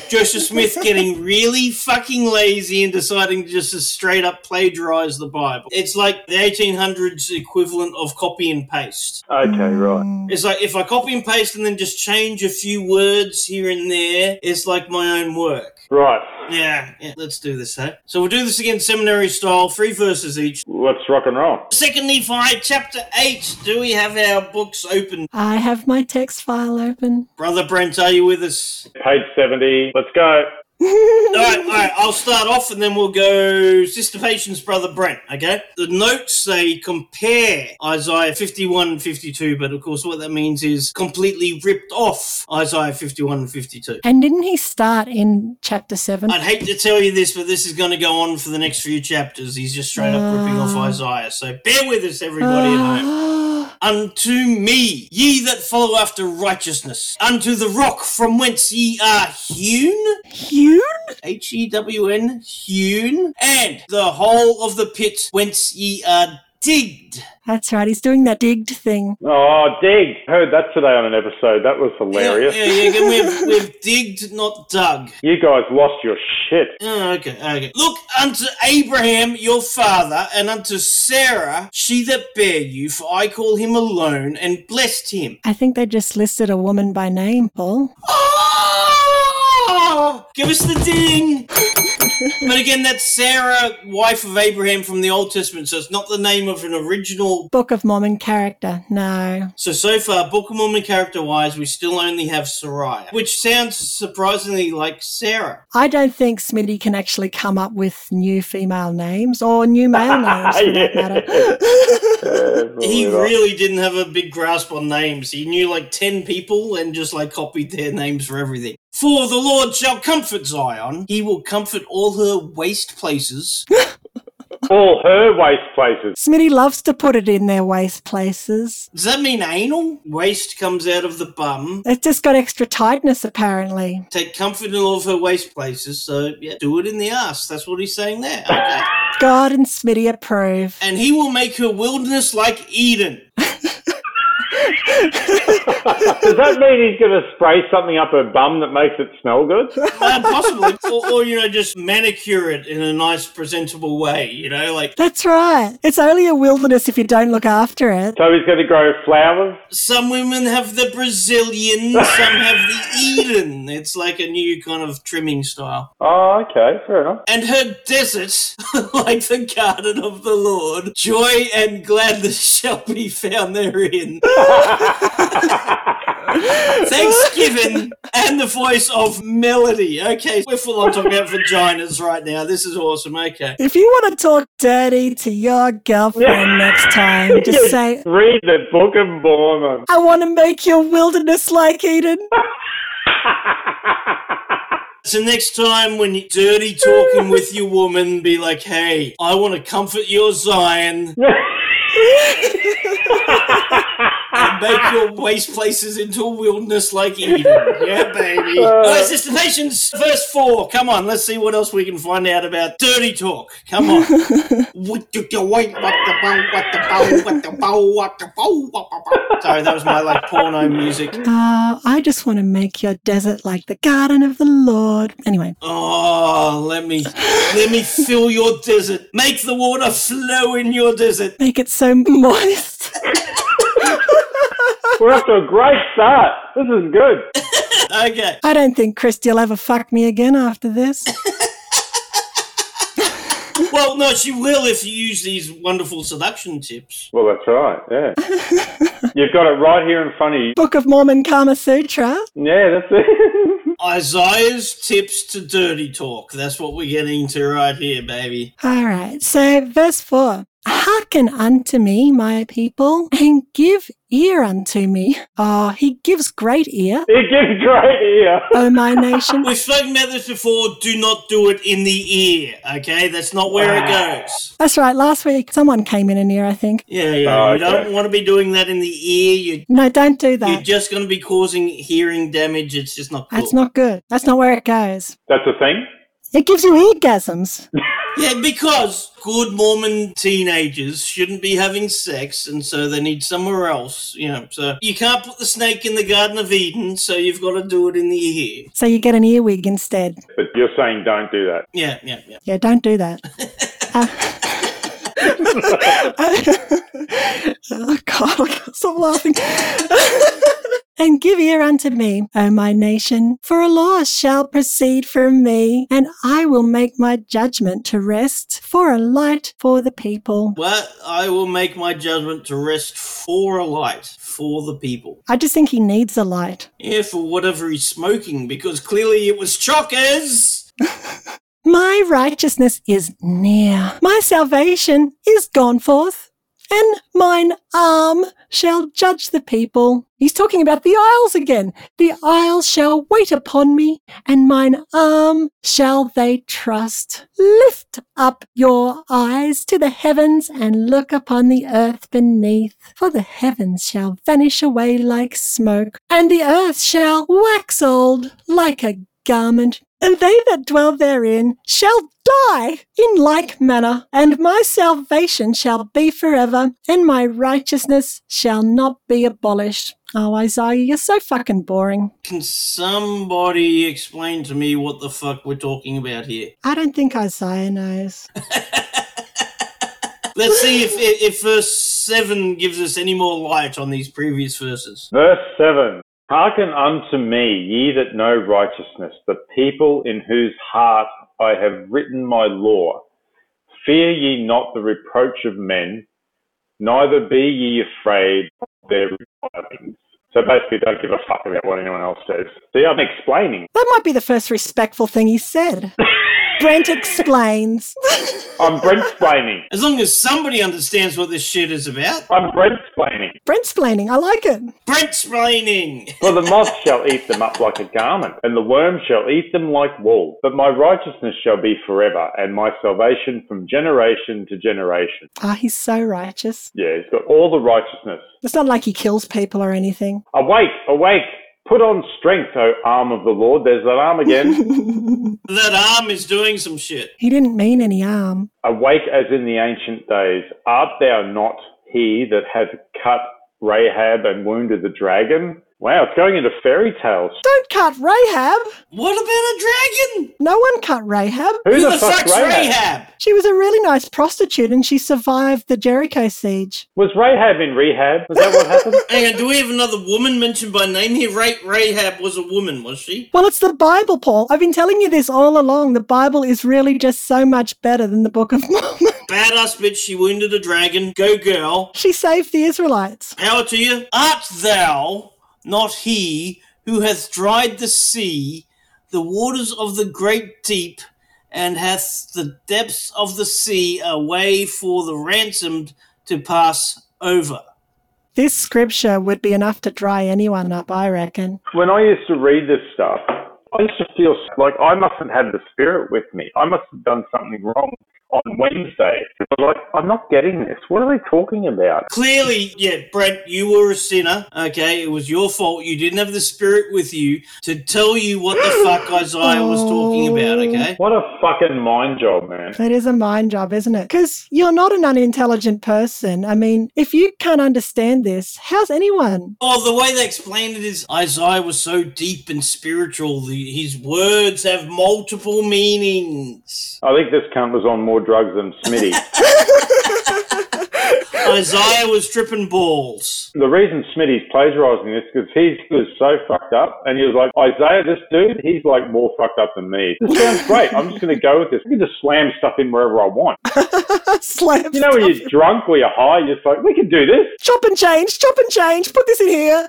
[SPEAKER 2] Joseph Smith getting really fucking lazy and deciding to just straight up plagiarize the Bible. It's like the 1800s equivalent of copy and paste.
[SPEAKER 3] okay, right.
[SPEAKER 1] Mm.
[SPEAKER 2] It's like if I copy and paste and then just change a few words here and there, it's like my own work.
[SPEAKER 3] Right.
[SPEAKER 2] Yeah, yeah, let's do this, huh? So we'll do this again seminary style, three verses each.
[SPEAKER 3] Let's rock and roll.
[SPEAKER 2] Second Nephi, chapter 8. Do we have our books open?
[SPEAKER 1] I have my text file open.
[SPEAKER 2] Brother Brent, are you with us?
[SPEAKER 3] Page 70. Let's go.
[SPEAKER 2] All right, all right. I'll start off, and then we'll go Sister Patience, Brother Brent. Okay. The notes they compare Isaiah 51 and 52, but of course, what that means is completely ripped off Isaiah 51 and 52.
[SPEAKER 1] And didn't he start in chapter 7?
[SPEAKER 2] I'd hate to tell you this, but this is going to go on for the next few chapters. He's just straight up ripping off
[SPEAKER 1] Ah.
[SPEAKER 2] Isaiah. So bear with us, everybody at home. Unto me, ye that follow after righteousness, unto the rock from whence ye are hewn.
[SPEAKER 1] Hewn?
[SPEAKER 2] H E W N, hewn, and the hole of the pit whence ye are digged.
[SPEAKER 1] That's right. He's doing that digged thing.
[SPEAKER 3] Oh, dig. Heard that today on an episode. That was
[SPEAKER 2] Yeah,
[SPEAKER 3] hilarious.
[SPEAKER 2] yeah, yeah, we've, we've digged, not dug.
[SPEAKER 3] You guys lost your shit.
[SPEAKER 2] Oh, okay, okay. Look unto Abraham your father, and unto Sarah she that bare you, for I call him alone, and blessed him.
[SPEAKER 1] I think they just listed a woman by name, Paul.
[SPEAKER 2] Ah! Give us the ding! but again, that's Sarah, wife of Abraham from the Old Testament, so it's not the name of an original
[SPEAKER 1] Book of Mormon character. No.
[SPEAKER 2] So, so far, Book of Mormon character wise, we still only have Sariah, which sounds surprisingly like Sarah.
[SPEAKER 1] I don't think Smitty can actually come up with new female names or new male names for that matter.
[SPEAKER 3] Uh,
[SPEAKER 2] He
[SPEAKER 3] right.
[SPEAKER 2] really didn't have a big grasp on names. He knew like 10 people and just like copied their names for everything. For the Lord shall comfort Zion, he will comfort all her waste places.
[SPEAKER 3] all her waste places.
[SPEAKER 1] Smitty loves to put it in their waste places.
[SPEAKER 2] Does that mean anal? Waste comes out of the bum.
[SPEAKER 1] It's just got extra tightness, apparently.
[SPEAKER 2] Take comfort in all of her waste places, so yeah, do it in the ass. That's what he's saying there. Okay.
[SPEAKER 1] God and Smitty approve.
[SPEAKER 2] and he will make her wilderness like Eden.
[SPEAKER 3] Does that mean he's going to spray something up her bum that makes it smell good?
[SPEAKER 2] Uh, possibly. or, or, you know, just manicure it in a nice, presentable way, you know, like
[SPEAKER 1] That's right. It's only a wilderness if you don't look after it.
[SPEAKER 3] So he's going to grow flowers.
[SPEAKER 2] Some women have the Brazilian, some have the Eden. It's like a new kind of trimming style.
[SPEAKER 3] Oh, okay, fair enough.
[SPEAKER 2] And her deserts, like the garden of the Lord, joy and gladness shall be found therein. Thanksgiving and the voice of melody. Okay, we're full on talking about vaginas right now. This is awesome. Okay.
[SPEAKER 1] If you want to talk dirty to your girlfriend next time, just say,
[SPEAKER 3] Read the book of Mormon.
[SPEAKER 1] I want to make your wilderness like Eden.
[SPEAKER 2] So next time when you're dirty talking with your woman, be like, hey, I want to comfort your Zion and make your waste places into a wilderness like Eden. Yeah, baby. All right, Sister Patience, verse four. Come on, let's see what else we can find out about dirty talk. Come on. What do you wait? What the bow? What the bow? What the bow? What the bow? What the bow? Sorry, that was my like porno music.
[SPEAKER 1] Ah, I just want to make your desert like the garden of the Lord. Anyway,
[SPEAKER 2] Oh, let me let me fill your desert. Make the water flow in your desert.
[SPEAKER 1] make it so moist.
[SPEAKER 3] We're off to a great start. This is good.
[SPEAKER 2] Okay.
[SPEAKER 1] I don't think Christy will ever fuck me again after this.
[SPEAKER 2] Well, no, she will if you use these wonderful seduction tips.
[SPEAKER 3] Well, that's right, yeah. You've got it right here in front of you.
[SPEAKER 1] Book of Mormon Kama Sutra.
[SPEAKER 3] Yeah, that's it.
[SPEAKER 2] Isaiah's tips to dirty talk. That's what we're getting to right here, baby.
[SPEAKER 1] All right. So, verse 4 Hearken unto me, my people, and give ear unto me. Oh, he gives great ear,
[SPEAKER 3] it gives great ear.
[SPEAKER 1] O my nation.
[SPEAKER 2] We've spoken about this before. Do not do it in the ear, okay? That's not where it goes.
[SPEAKER 1] That's right. Last week, someone came in an ear, I think.
[SPEAKER 2] Yeah, yeah.
[SPEAKER 3] Oh,
[SPEAKER 2] You don't
[SPEAKER 3] okay.
[SPEAKER 2] want to be doing that in the ear. You,
[SPEAKER 1] No, don't do
[SPEAKER 2] you're
[SPEAKER 1] that.
[SPEAKER 2] just going to be causing hearing damage. It's just not cool.
[SPEAKER 1] That's not good. That's not where it goes.
[SPEAKER 3] That's a thing.
[SPEAKER 1] It gives you orgasms.
[SPEAKER 2] Yeah, because good Mormon teenagers shouldn't be having sex, and so they need somewhere else. You know, so you can't put the snake in the Garden of Eden, so you've got to do it in the ear.
[SPEAKER 1] So you get an earwig instead.
[SPEAKER 3] But you're saying don't do that.
[SPEAKER 2] Yeah, yeah, yeah.
[SPEAKER 1] Yeah, don't do that. Uh, oh God, I can't stop laughing. and give ear unto me, O my nation, for a law shall proceed from me, and I will make my judgment to rest for a light for the people.
[SPEAKER 2] Well, I will make my judgment to rest for a light for the people.
[SPEAKER 1] I just think he needs a light.
[SPEAKER 2] Yeah, for whatever he's smoking, because clearly it was chockers.
[SPEAKER 1] My righteousness is near. My salvation is gone forth, and mine arm shall judge the people. He's talking about the isles again. The isles shall wait upon me, and mine arm shall they trust. Lift up your eyes to the heavens and look upon the earth beneath, for the heavens shall vanish away like smoke, and the earth shall wax old like a garment, and they that dwell therein shall die in like manner, and my salvation shall be forever, and my righteousness shall not be abolished. Oh, Isaiah, you're so fucking boring.
[SPEAKER 2] Can somebody explain to me what the fuck we're talking about here?
[SPEAKER 1] I don't think Isaiah knows.
[SPEAKER 2] Let's see if, if verse 7 gives us any more light on these previous verses.
[SPEAKER 3] Verse 7 Hearken unto me, ye that know righteousness, the people in whose heart I have written my law. Fear ye not the reproach of men, neither be ye afraid of their revilings. So basically, don't give a fuck about what anyone else says. See, I'm explaining.
[SPEAKER 1] That might be the first respectful thing he said. Brent explains.
[SPEAKER 3] I'm Brent explaining.
[SPEAKER 2] As long as somebody understands what this shit is about.
[SPEAKER 3] I'm Brent explaining.
[SPEAKER 1] Brent explaining. I like it.
[SPEAKER 2] Brent splaining.
[SPEAKER 3] For the moth shall eat them up like a garment, and the worm shall eat them like wool. But my righteousness shall be forever, and my salvation from generation to generation.
[SPEAKER 1] Ah, he's so righteous.
[SPEAKER 3] Yeah, he's got all the righteousness.
[SPEAKER 1] It's not like he kills people or anything.
[SPEAKER 3] Awake, awake. Put on strength, O arm of the Lord. There's that arm again.
[SPEAKER 1] he
[SPEAKER 2] That arm is doing some shit.
[SPEAKER 1] didn't mean any harm.
[SPEAKER 3] Awake as in the ancient days. Art thou not he that hath cut Rahab and wounded the dragon? Wow, it's going into fairy tales.
[SPEAKER 1] Don't cut Rahab.
[SPEAKER 2] What about a dragon?
[SPEAKER 1] No one cut Rahab.
[SPEAKER 3] Who,
[SPEAKER 2] Who the fuck's Rahab?
[SPEAKER 1] She was a really nice prostitute and she survived the Jericho siege.
[SPEAKER 3] Was Rahab in rehab? Was that what happened?
[SPEAKER 2] Hang on, do we have another woman mentioned by name here? Ra- Rahab was a woman, was she?
[SPEAKER 1] Well, it's the Bible, Paul. I've been telling you this all along. The Bible is really just so much better than the Book of Mormon.
[SPEAKER 2] Badass bitch, she wounded a dragon. Go girl.
[SPEAKER 1] she saved the Israelites.
[SPEAKER 2] Power to you. Art thou not he who hath dried the sea, the waters of the great deep, and hath the depths of the sea a way for the ransomed to pass over?
[SPEAKER 1] This scripture would be enough to dry anyone up, I reckon.
[SPEAKER 3] when I used to read this stuff, I used to feel like I mustn't have had the spirit with me. I must have done something wrong on Wednesday. I was like, I'm not getting this. What are they talking about?
[SPEAKER 2] Clearly, yeah, Brent, you were a sinner. Okay, it was your fault. You didn't have the spirit with you to tell you what the fuck Isaiah was talking about. Okay,
[SPEAKER 3] What a fucking mind job, man.
[SPEAKER 1] It is a mind job, isn't it? Because you're not an unintelligent person. I mean, if you can't understand this, how's anyone?
[SPEAKER 2] Oh, the way they explained it is Isaiah was so deep and spiritual. The, his words have multiple meanings.
[SPEAKER 3] I think this cunt was on more drugs than Smitty.
[SPEAKER 2] Isaiah was tripping balls.
[SPEAKER 3] the reason Smitty's plagiarising this because he was so fucked up, and he was like, Isaiah, this dude, he's like more fucked up than me. This sounds great. I'm just going to go with this. I can just slam stuff in wherever I want.
[SPEAKER 1] Slap.
[SPEAKER 3] You know, when you're drunk or you're high, you're just like, we can do this.
[SPEAKER 1] Chop and change, chop and change, put this in here.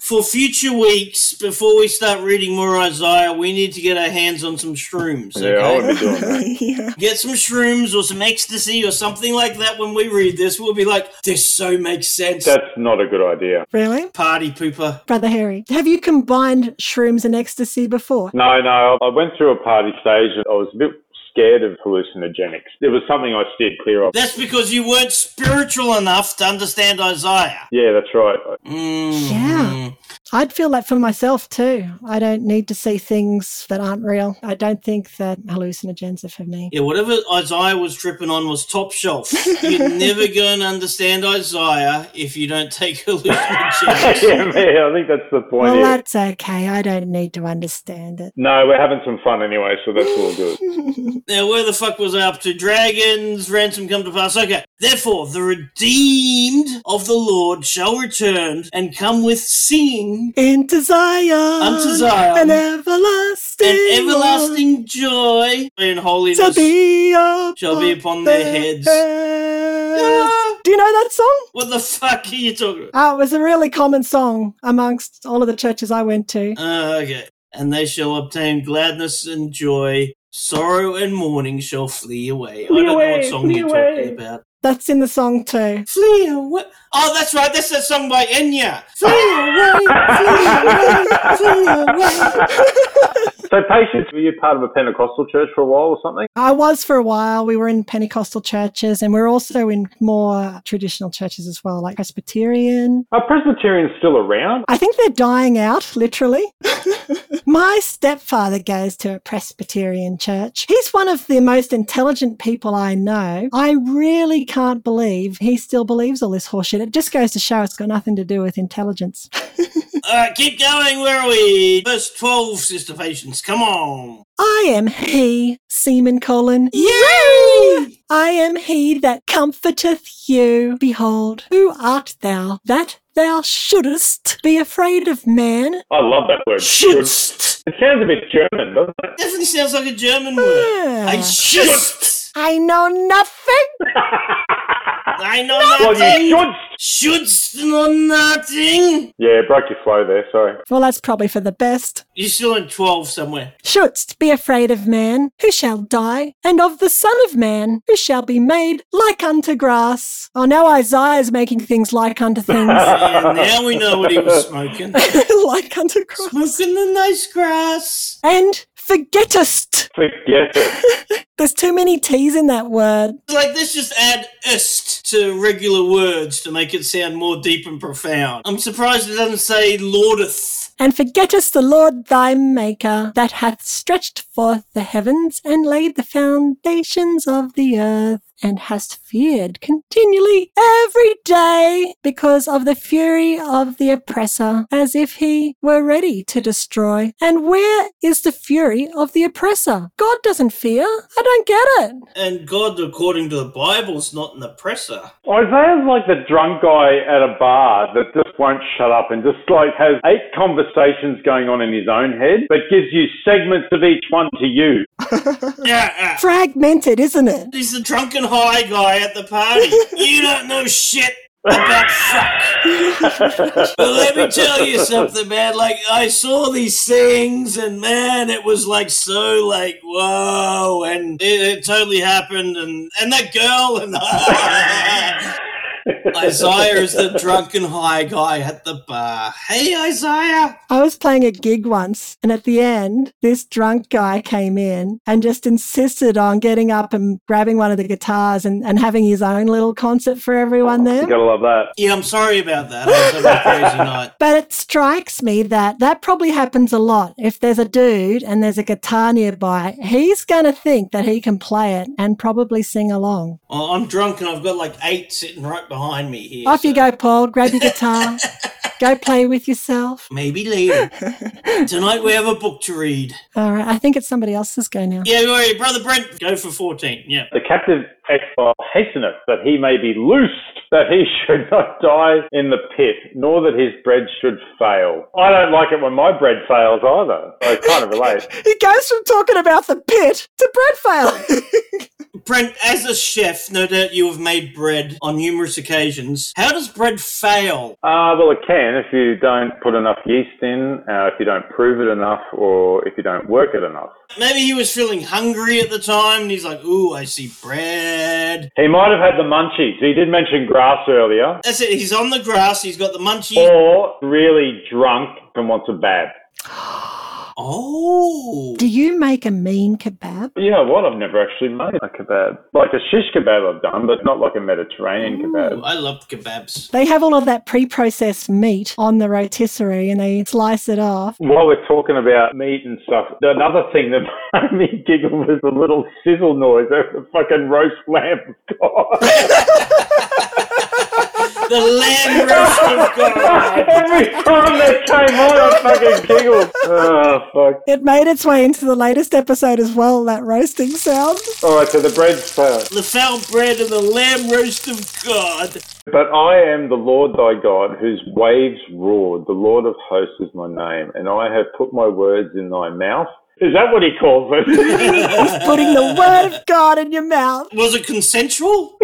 [SPEAKER 2] For future weeks, before we start reading more Isaiah, we need to get our hands on some shrooms. Okay?
[SPEAKER 3] Yeah, I would be doing that.
[SPEAKER 1] yeah.
[SPEAKER 2] get some shrooms or some ecstasy or something like that when we read this. We'll be like, this so makes sense.
[SPEAKER 3] That's not a good idea.
[SPEAKER 1] Really?
[SPEAKER 2] Party pooper.
[SPEAKER 1] Brother Harry, have you combined shrooms and ecstasy before?
[SPEAKER 3] No, no, I went through a party stage and I was a bit scared of hallucinogenics. It was something I steered clear of.
[SPEAKER 2] That's because you weren't spiritual enough to understand Isaiah.
[SPEAKER 3] Yeah, that's right.
[SPEAKER 2] Mm.
[SPEAKER 1] Yeah. I'd feel that for myself too. I don't need to see things that aren't real. I don't think that hallucinogens are for me.
[SPEAKER 2] Yeah, whatever Isaiah was tripping on was top shelf. You're never going to understand Isaiah if you don't take hallucinogens.
[SPEAKER 3] yeah, man, I think that's the point
[SPEAKER 1] Well,
[SPEAKER 3] here.
[SPEAKER 1] that's okay. I don't need to understand it.
[SPEAKER 3] No, we're having some fun anyway, so that's all good.
[SPEAKER 2] now, where the fuck was I up to? Dragons, ransom come to pass. Okay. Therefore, the redeemed of the Lord shall return and come with singing
[SPEAKER 1] Into Zion,
[SPEAKER 2] Unto
[SPEAKER 1] an
[SPEAKER 2] Zion.
[SPEAKER 1] everlasting,
[SPEAKER 2] and everlasting joy and
[SPEAKER 1] love shall
[SPEAKER 2] holiness
[SPEAKER 1] be upon,
[SPEAKER 2] shall be upon their
[SPEAKER 1] heads.
[SPEAKER 2] heads. Yeah.
[SPEAKER 1] Do you know that song?
[SPEAKER 2] What the fuck are you talking about?
[SPEAKER 1] Oh, it was a really common song amongst all of the churches I went to.
[SPEAKER 2] Uh, okay. And they shall obtain gladness and joy. Sorrow and mourning shall flee away. I
[SPEAKER 3] Flee
[SPEAKER 2] don't know what
[SPEAKER 3] away,
[SPEAKER 2] song
[SPEAKER 3] flee
[SPEAKER 2] you're
[SPEAKER 3] away.
[SPEAKER 2] talking about.
[SPEAKER 1] That's in the song too.
[SPEAKER 2] Flee away. Oh, that's right. That's that song by Enya. Ah. Flee away, flee away, flee away.
[SPEAKER 3] So, Patience, were you part of a Pentecostal church for a while or something?
[SPEAKER 1] I was for a while. We were in Pentecostal churches and we're also in more traditional churches as well, like Presbyterian.
[SPEAKER 3] Are Presbyterians still around?
[SPEAKER 1] I think they're dying out, literally. My stepfather goes to a Presbyterian church. He's one of the most intelligent people I know. I really can't believe he still believes all this horseshit. It just goes to show it's got nothing to do with intelligence.
[SPEAKER 2] All right, keep going. Where are we? Verse 12, Sister Patience. Come on.
[SPEAKER 1] I am he, Seaman Colin.
[SPEAKER 2] Yay!
[SPEAKER 1] I am he that comforteth you. Behold, who art thou that thou shouldest be afraid of man?
[SPEAKER 3] I love that word.
[SPEAKER 2] Schützt.
[SPEAKER 3] It sounds a bit German, doesn't it?
[SPEAKER 2] Definitely sounds like a
[SPEAKER 3] Ah.
[SPEAKER 2] German word.
[SPEAKER 1] Yeah.
[SPEAKER 2] I schützt.
[SPEAKER 1] I know nothing.
[SPEAKER 2] I know
[SPEAKER 3] Well,
[SPEAKER 2] nothing.
[SPEAKER 3] you should.
[SPEAKER 2] Should know nothing.
[SPEAKER 3] Yeah, broke your flow there. Sorry.
[SPEAKER 1] Well, that's probably for the best.
[SPEAKER 2] You're still in 12 somewhere.
[SPEAKER 1] Shouldst be afraid of man, who shall die, and of the Son of Man, who shall be made like unto grass. Oh, now Isaiah's making things like unto things.
[SPEAKER 2] Yeah, now we know what he was smoking.
[SPEAKER 1] like unto grass.
[SPEAKER 2] Smoking the nice grass.
[SPEAKER 1] And forgettest.
[SPEAKER 3] Forget it.
[SPEAKER 1] There's too many T's in that word.
[SPEAKER 2] Like, let's just add ist to regular words to make it sound more deep and profound. I'm surprised it doesn't say laudeth.
[SPEAKER 1] And forgettest the Lord thy Maker, that hath stretched forth the heavens and laid the foundations of the earth, and hast feared continually every day because of the fury of the oppressor, as if he were ready to destroy. And where is the fury of the oppressor? God doesn't fear. I don't get it.
[SPEAKER 2] And God, according to the Bible's not an oppressor.
[SPEAKER 3] Isaiah's like the drunk guy at a bar that just won't shut up and just like has eight conversations going on in his own head, but gives you segments of each one to you.
[SPEAKER 2] Yeah, yeah.
[SPEAKER 1] Fragmented, isn't it?
[SPEAKER 2] He's the drunken high guy at the party. you don't know shit about fuck. Well, let me tell you something, man. Like, I saw these things, and man, it was like so, like, whoa. And it, it totally happened. And, and that girl, and Isaiah is the drunken high guy at the bar. Hey, Isaiah.
[SPEAKER 1] I was playing a gig once, and at the end, this drunk guy came in and just insisted on getting up and grabbing one of the guitars and, and having his own little concert for everyone there.
[SPEAKER 3] You gotta love that.
[SPEAKER 2] Yeah, I'm sorry about that. I was having a crazy night.
[SPEAKER 1] But it strikes me that that probably happens a lot. If there's a dude and there's a guitar nearby, he's going to think that he can play it and probably sing along.
[SPEAKER 2] Oh, I'm drunk, and I've got like eight sitting right behind me here.
[SPEAKER 1] Off you
[SPEAKER 2] so-
[SPEAKER 1] go, Paul. Grab your guitar. go play with yourself.
[SPEAKER 2] Maybe later. Tonight we have a book to read.
[SPEAKER 1] All right. I think it's somebody else's go now.
[SPEAKER 2] Yeah, all right, brother Brent, go for fourteen. Yeah.
[SPEAKER 3] The captive exile hasteneth that he may be loosed, that he should not die in the pit, nor that his bread should fail. I don't like it when my bread fails either. I kind of relate.
[SPEAKER 1] He goes from talking about the pit to bread fail.
[SPEAKER 2] Brent, as a chef, no doubt you have made bread on numerous occasions. How does bread fail?
[SPEAKER 3] Uh, well, it can if you don't put enough yeast in, uh, if you don't prove it enough, or if you don't work it enough.
[SPEAKER 2] Maybe he was feeling hungry at the time and he's like, ooh, I see bread.
[SPEAKER 3] He might have had the munchies. He did mention grass earlier.
[SPEAKER 2] That's it, he's on the grass, he's got the munchies.
[SPEAKER 3] Or really drunk and wants a bad.
[SPEAKER 2] Oh.
[SPEAKER 1] Do you make a mean kebab?
[SPEAKER 3] You know what? I've never actually made a kebab. Like a shish kebab I've done, but not like a Mediterranean kebab.
[SPEAKER 2] Ooh, I love kebabs.
[SPEAKER 1] They have all of that pre processed meat on the rotisserie and they slice it off.
[SPEAKER 3] While we're talking about meat and stuff, another thing that made me giggle was the little sizzle noise of the fucking roast lamb of God.
[SPEAKER 2] The lamb roast of God.
[SPEAKER 3] Every time that came on, I fucking giggled. Oh, fuck.
[SPEAKER 1] It made its way into the latest episode as well, that roasting sound.
[SPEAKER 3] All right, so the bread's first.
[SPEAKER 2] The foul bread and the lamb roast of God.
[SPEAKER 3] But I am the Lord thy God, whose waves roared. The Lord of hosts is my name, and I have put my words in thy mouth. Is that what he calls it?
[SPEAKER 1] He's putting the word of God in your mouth.
[SPEAKER 2] Was it consensual?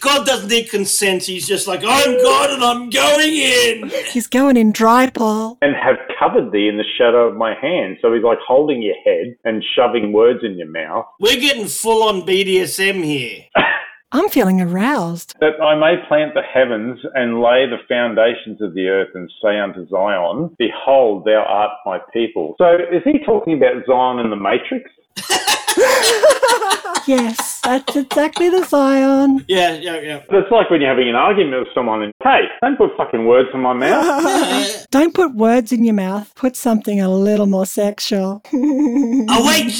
[SPEAKER 2] God doesn't need consent. He's just like, I'm God and I'm going in.
[SPEAKER 1] He's going in dry, Paul.
[SPEAKER 3] and have covered thee in the shadow of my hand. So he's like holding your head and shoving words in your mouth.
[SPEAKER 2] We're getting full on BDSM here.
[SPEAKER 1] I'm feeling aroused.
[SPEAKER 3] That I may plant the heavens and lay the foundations of the earth and say unto Zion, Behold, thou art my people. So is he talking about Zion in the Matrix?
[SPEAKER 1] Yes, that's exactly the Zion.
[SPEAKER 2] Yeah, yeah, yeah.
[SPEAKER 3] That's like when you're having an argument with someone and, hey, don't put fucking words in my mouth.
[SPEAKER 1] Don't put words in your mouth. Put something a little more sexual.
[SPEAKER 2] Awake!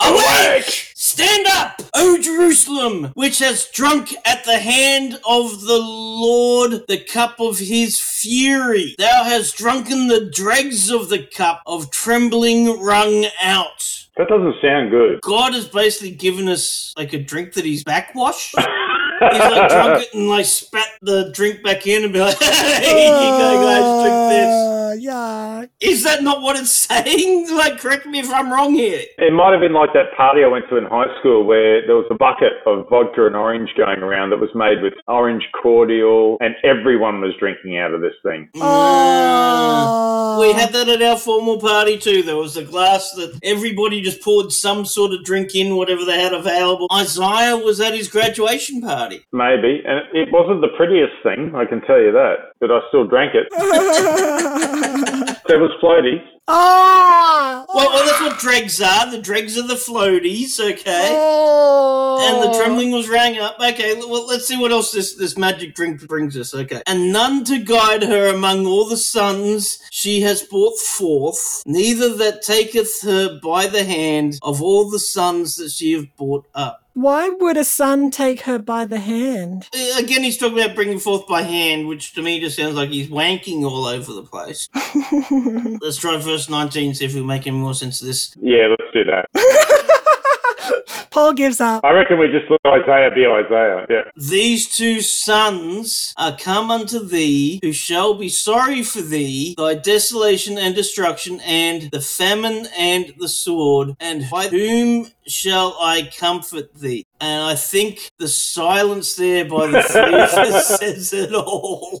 [SPEAKER 2] Awake! Stand up, O Jerusalem, which has drunk at the hand of the Lord the cup of his fury. Thou hast drunken the dregs of the cup of trembling wrung out.
[SPEAKER 3] That doesn't sound good.
[SPEAKER 2] God has basically given us like a drink that he's backwash. He's like drunk it and like spat the drink back in and be like, hey, you guys drink this.
[SPEAKER 1] Oh, yuck.
[SPEAKER 2] Is that not what it's saying? Like, correct me if I'm wrong here.
[SPEAKER 3] It might have been like that party I went to in high school where there was a bucket of vodka and orange going around that was made with orange cordial, and everyone was drinking out of this thing.
[SPEAKER 1] Oh.
[SPEAKER 2] We had that at our formal party too. There was a glass that everybody just poured some sort of drink in, whatever they had available. Isaiah was at his graduation party.
[SPEAKER 3] Maybe. And it wasn't the prettiest thing, I can tell you that, but I still drank it. There was floaties.
[SPEAKER 1] oh.
[SPEAKER 2] Well, well that's what dregs are. The dregs are the floaties, okay?
[SPEAKER 1] Oh.
[SPEAKER 2] And the trembling was rang up. Okay, l- well, let's see what else this, this magic drink brings us. Okay. And none to guide her among all the sons she has brought forth, neither that taketh her by the hand of all the sons that she have brought up.
[SPEAKER 1] Why would a son take her by the hand?
[SPEAKER 2] Uh, Again, he's talking about bringing forth by hand, which to me just sounds like he's wanking all over the place. Let's try verse 19, see if we make any more sense of this.
[SPEAKER 3] Yeah, let's do that.
[SPEAKER 1] Paul gives up.
[SPEAKER 3] I reckon we just let Isaiah be Isaiah. Yeah.
[SPEAKER 2] These two sons are come unto thee, who shall be sorry for thee, thy desolation and destruction, and the famine and the sword, and by whom shall I comfort thee? And I think the silence there by the three of us says it all.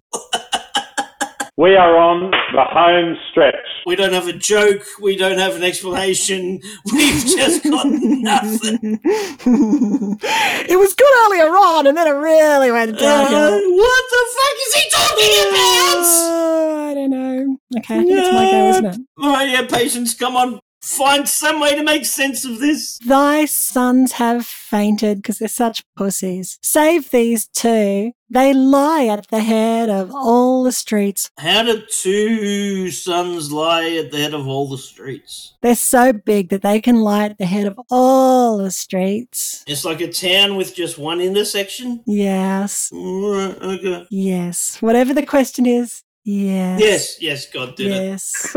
[SPEAKER 3] We are on the home stretch.
[SPEAKER 2] We don't have a joke. We don't have an explanation. We've just got nothing.
[SPEAKER 1] it was good earlier on, and then it really went
[SPEAKER 2] Uh,
[SPEAKER 1] downhill.
[SPEAKER 2] what the fuck is he talking about?
[SPEAKER 1] Uh, I don't know. Okay, I think it's my go, isn't it?
[SPEAKER 2] Oh, yeah, patience, come on. Find some way to make sense of this.
[SPEAKER 1] Thy sons have fainted because they're such pussies. Save these two. They lie at the head of all the streets.
[SPEAKER 2] How do two sons lie at the head of all the streets?
[SPEAKER 1] They're so big that they can lie at the head of all the streets.
[SPEAKER 2] It's like a town with just one intersection?
[SPEAKER 1] Yes.
[SPEAKER 2] Alright, okay.
[SPEAKER 1] Yes. Whatever the question is. Yes.
[SPEAKER 2] Yes, yes, God did it.
[SPEAKER 1] Yes.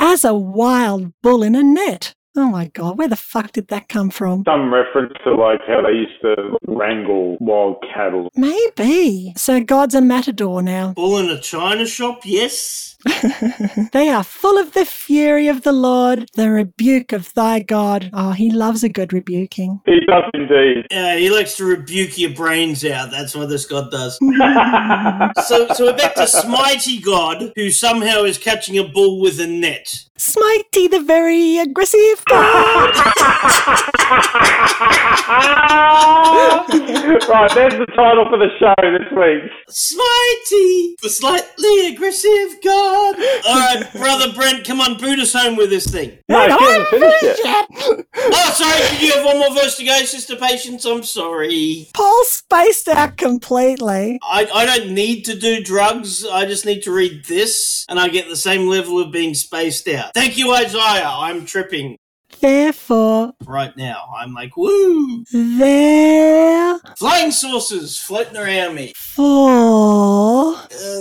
[SPEAKER 1] As a wild bull in a net. Oh my God. Where the fuck did that come from?
[SPEAKER 3] Some reference to like how they used to wrangle wild cattle.
[SPEAKER 1] Maybe. So God's a matador now.
[SPEAKER 2] Bull in a china shop, yes.
[SPEAKER 1] they are full of the fury of the Lord, the rebuke of thy God. Oh, he loves a good rebuking.
[SPEAKER 3] He does indeed.
[SPEAKER 2] Yeah, he likes to rebuke your brains out. That's what this God does. so, so we're back to Smitey God, who somehow is catching a bull with a net.
[SPEAKER 1] Smitey, the very aggressive God.
[SPEAKER 3] right, there's the title for the show this week.
[SPEAKER 2] Smitey, the slightly aggressive God. All right, brother Brent, come on, boot us home with this thing.
[SPEAKER 3] No,
[SPEAKER 1] And
[SPEAKER 3] she hasn't
[SPEAKER 1] I'm
[SPEAKER 3] finished yet.
[SPEAKER 1] Richard.
[SPEAKER 2] Oh, sorry, you have one more verse to go, Sister Patience. I'm sorry.
[SPEAKER 1] Paul spaced out completely.
[SPEAKER 2] I, I don't need to do drugs. I just need to read this, and I get the same level of being spaced out. Thank you, Isaiah. I'm tripping
[SPEAKER 1] Therefore,
[SPEAKER 2] right now. I'm like, woo!
[SPEAKER 1] therefore,
[SPEAKER 2] Flying saucers floating around me. Uh,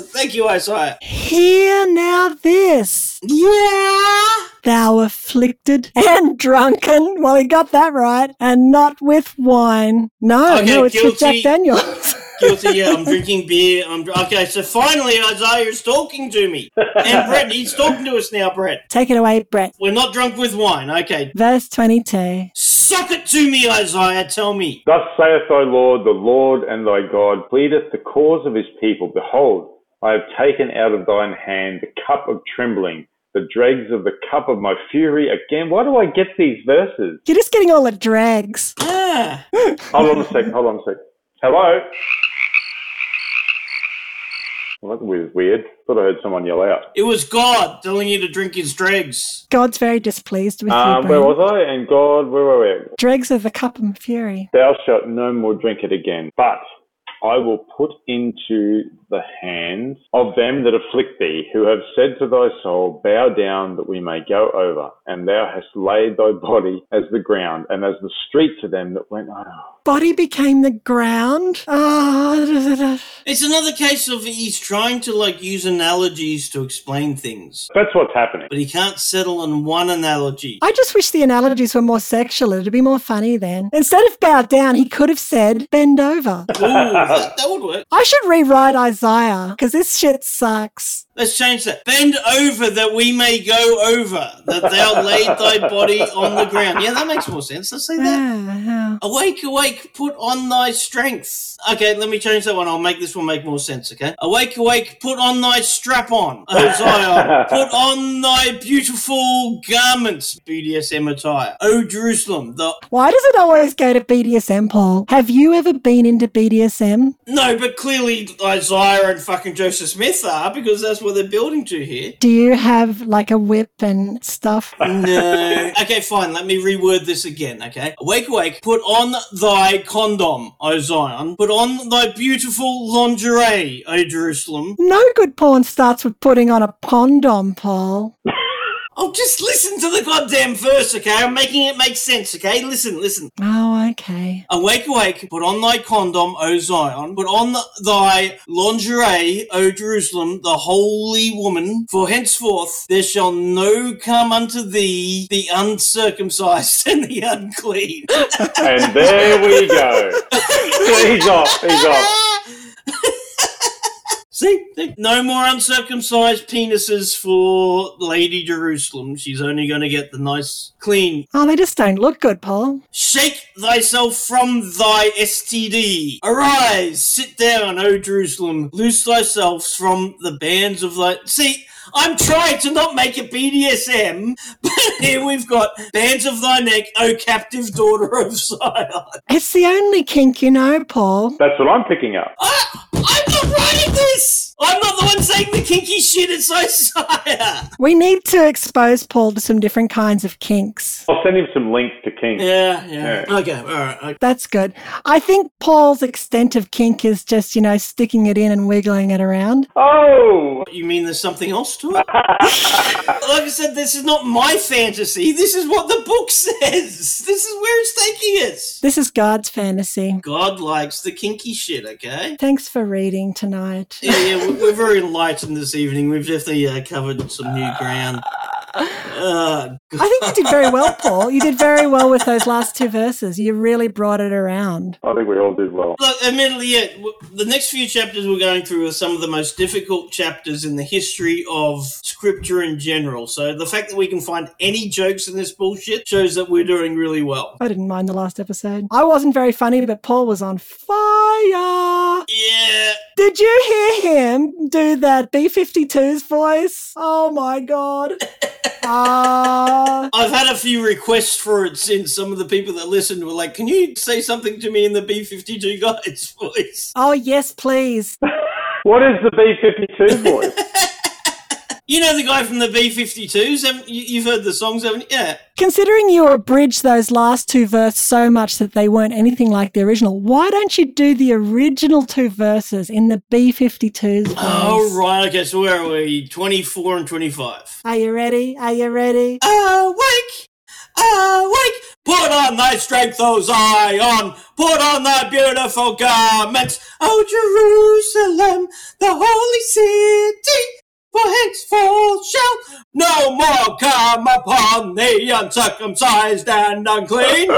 [SPEAKER 2] thank you, Isaiah.
[SPEAKER 1] hear now this,
[SPEAKER 2] Yeah.
[SPEAKER 1] thou afflicted and drunken. Well, he got that right, and not with wine. No,
[SPEAKER 2] Okay,
[SPEAKER 1] no, it's with
[SPEAKER 2] guilty.
[SPEAKER 1] Jack Daniels.
[SPEAKER 2] Guilty. Yeah, I'm drinking beer. I'm okay. So finally, Isaiah is talking to me, and Brett. He's talking to us now, Brett.
[SPEAKER 1] Take it away, Brett.
[SPEAKER 2] We're not drunk with wine. Okay.
[SPEAKER 1] Verse 22.
[SPEAKER 2] Suck it to me, Isaiah. Tell me.
[SPEAKER 3] Thus saith thy Lord, the Lord and thy God pleadeth the cause of his people. Behold, I have taken out of thine hand the cup of trembling, the dregs of the cup of my fury. Again, why do I get these verses?
[SPEAKER 1] You're just getting all the dregs.
[SPEAKER 2] Ah.
[SPEAKER 3] Hold on a second, hold on a second. Hello? Well, that was weird. Thought I heard someone yell out.
[SPEAKER 2] It was God telling you to drink his dregs.
[SPEAKER 1] God's very displeased with you.
[SPEAKER 3] Um, where
[SPEAKER 1] Brent.
[SPEAKER 3] was I? And God, where were we?
[SPEAKER 1] Dregs of the cup and fury.
[SPEAKER 3] Thou shalt no more drink it again, but I will put into the hands of them that afflict thee, who have said to thy soul, Bow down that we may go over. And thou hast laid thy body as the ground, and as the street to them that went "Ah." over.
[SPEAKER 1] Body became the ground. Ah,
[SPEAKER 2] It's another case of he's trying to like use analogies to explain things,
[SPEAKER 3] That's what's happening.
[SPEAKER 2] but he can't settle on one analogy.
[SPEAKER 1] I just wish the analogies were more sexual. It'd be more funny then. Instead of bow down, he could have said bend over.
[SPEAKER 2] Ooh, that, that would work.
[SPEAKER 1] I should rewrite Isaiah because this shit sucks.
[SPEAKER 2] Let's change that. Bend over that we may go over, that thou laid thy body on the ground. Yeah, that makes more sense. Let's say that.
[SPEAKER 1] Yeah, yeah.
[SPEAKER 2] Awake, awake, put on thy strength. Okay, let me change that one. I'll make this one make more sense, okay? Awake, awake, put on thy strap on, O Zion. put on thy beautiful garments, BDSM attire. O Jerusalem, the.
[SPEAKER 1] Why does it always go to BDSM, Paul? Have you ever been into BDSM?
[SPEAKER 2] No, but clearly Isaiah and fucking Joseph Smith are, because that's what they're building to here.
[SPEAKER 1] Do you have like a whip and stuff?
[SPEAKER 2] No. okay, fine. Let me reword this again, okay? Awake, awake, put on thy condom, O Zion. Put on thy beautiful lingerie, O Jerusalem.
[SPEAKER 1] No good porn starts with putting on a condom, Paul.
[SPEAKER 2] Oh, just listen to the goddamn verse, okay? I'm making it make sense, okay? Listen, listen.
[SPEAKER 1] Oh, okay.
[SPEAKER 2] Awake, awake, put on thy condom, O Zion. Put on thy lingerie, O Jerusalem, the holy woman. For henceforth there shall no come unto thee the uncircumcised and the unclean.
[SPEAKER 3] And there we go. He's off. He's off.
[SPEAKER 2] See, See? no more uncircumcised penises for Lady Jerusalem. She's only going to get the nice, clean.
[SPEAKER 1] Oh, they just don't look good, Paul.
[SPEAKER 2] Shake thyself from thy STD. Arise, sit down, O Jerusalem. Loose thyself from the bands of thy. See, I'm trying to not make it BDSM, but here we've got bands of thy neck, O captive daughter of Zion.
[SPEAKER 1] It's the only kink you know, Paul.
[SPEAKER 3] That's what I'm picking up.
[SPEAKER 2] Ah, I'm not writing this! I'm not the one saying the kinky shit, it's Isaiah!
[SPEAKER 1] We need to expose Paul to some different kinds of kinks.
[SPEAKER 3] I'll send him some links to King.
[SPEAKER 2] Yeah, yeah. Okay, alright. Okay.
[SPEAKER 1] That's good. I think Paul's extent of kink is just, you know, sticking it in and wiggling it around.
[SPEAKER 3] Oh,
[SPEAKER 2] You mean there's something else to it? like I said, this is not my fantasy. This is what the book says. This is where it's taking us.
[SPEAKER 1] This is God's fantasy.
[SPEAKER 2] God likes the kinky shit, okay?
[SPEAKER 1] Thanks for reading tonight.
[SPEAKER 2] Yeah, yeah, we- we're very enlightened this evening. We've definitely uh, covered some new ground.
[SPEAKER 1] I
[SPEAKER 2] Uh,
[SPEAKER 1] think you did very well, Paul. You did very well with those last two verses. You really brought it around.
[SPEAKER 3] I think we all did well.
[SPEAKER 2] Look, admittedly, yeah, w- the next few chapters we're going through are some of the most difficult chapters in the history of scripture in general. So the fact that we can find any jokes in this bullshit shows that we're doing really well.
[SPEAKER 1] I didn't mind the last episode. I wasn't very funny, but Paul was on fire.
[SPEAKER 2] Yeah,
[SPEAKER 1] Did you hear him do that B52's voice? Oh my god. Ah.
[SPEAKER 2] I've had a few requests for it since some of the people that listened were like, "Can you say something to me in the B fifty two guys voice?"
[SPEAKER 1] oh yes, please.
[SPEAKER 3] What is the B52 voice?
[SPEAKER 2] You know the guy from the B fifty twos. You've heard the songs, haven't you? Yeah.
[SPEAKER 1] Considering you abridged those last two verses so much that they weren't anything like the original, why don't you do the original two verses in the B52's voice?
[SPEAKER 2] Oh right, okay. So where are we? Twenty four and twenty five.
[SPEAKER 1] Are you ready? Are you ready?
[SPEAKER 2] Awake! Awake! Put on thy strength, O Zion! Put on thy beautiful garments, O Jerusalem, the holy city! For henceforth shall no more come upon thee, uncircumcised and unclean!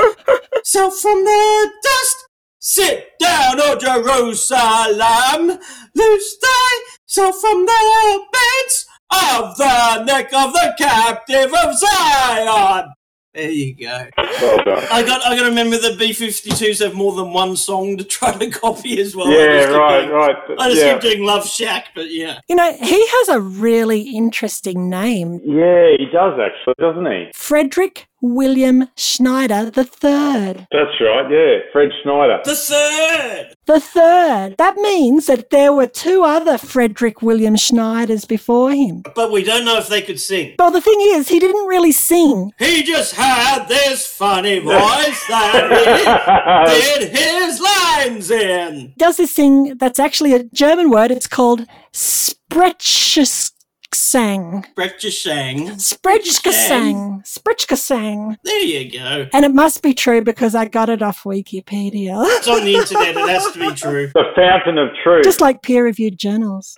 [SPEAKER 2] so from the dust, sit down, O Jerusalem! Loose thyself from the bands of the neck of the captive of Zion. There you go.
[SPEAKER 3] Well done.
[SPEAKER 2] I got. I got to remember the B 52s have more than one song to try to copy as well. I
[SPEAKER 3] Yeah,
[SPEAKER 2] just keep
[SPEAKER 3] right,
[SPEAKER 2] doing-
[SPEAKER 3] right.
[SPEAKER 2] I just
[SPEAKER 3] yeah.
[SPEAKER 2] keep doing Love Shack, but yeah.
[SPEAKER 1] You know, he has a really interesting name.
[SPEAKER 3] yeah, he does actually, doesn't he?
[SPEAKER 1] Frederick William Schneider the Third.
[SPEAKER 3] That's right, yeah. Fred Schneider.
[SPEAKER 2] The third.
[SPEAKER 1] The third. That means that there were two other Frederick William Schneiders before him.
[SPEAKER 2] But we don't know if they could sing.
[SPEAKER 1] Well, the thing is, he didn't really sing.
[SPEAKER 2] He just had this funny voice that he did his lines in.
[SPEAKER 1] He does this thing that's actually a German word. It's called Sprechgesang. sang.
[SPEAKER 2] Brekchashang.
[SPEAKER 1] Spritchkasang. Spritchkasang.
[SPEAKER 2] There you go.
[SPEAKER 1] And it must be true because I got it off Wikipedia.
[SPEAKER 2] It's on the internet. It has to be true.
[SPEAKER 3] The fountain of truth.
[SPEAKER 1] Just like peer reviewed journals.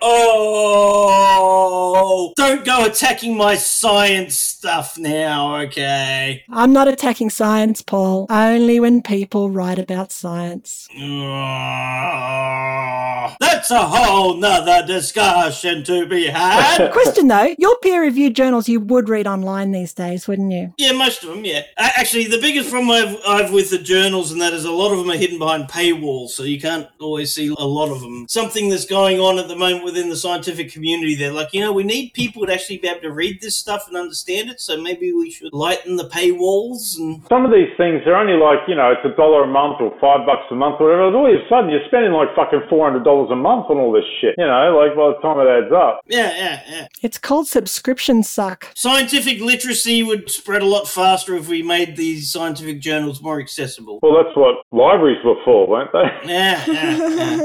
[SPEAKER 2] Oh, don't go attacking my science stuff now, okay?
[SPEAKER 1] I'm not attacking science, Paul, only when people write about science.
[SPEAKER 2] Oh, that's a whole nother discussion to be had.
[SPEAKER 1] Um, Question though, your peer reviewed journals you would read online these days, wouldn't you?
[SPEAKER 2] Yeah, most of them, yeah. A- Actually, the biggest problem I've, I've with the journals and that is a lot of them are hidden behind paywalls, so you can't always see a lot of them. Something that's going on at the moment within the scientific community, they're like, you know, we need people to actually be able to read this stuff and understand it, so maybe we should lighten the paywalls and
[SPEAKER 3] Some of these things are only like, you know, it's a dollar a month or five bucks a month, whatever. And all of a sudden, you're spending like fucking $400 a month on all this shit. You know, like by the time it adds up.
[SPEAKER 2] yeah, yeah, yeah.
[SPEAKER 1] It's called subscription suck.
[SPEAKER 2] Scientific literacy would spread a lot faster if we made these scientific journals more accessible.
[SPEAKER 3] Well, that's what libraries were for, weren't they?
[SPEAKER 2] Yeah, yeah, yeah.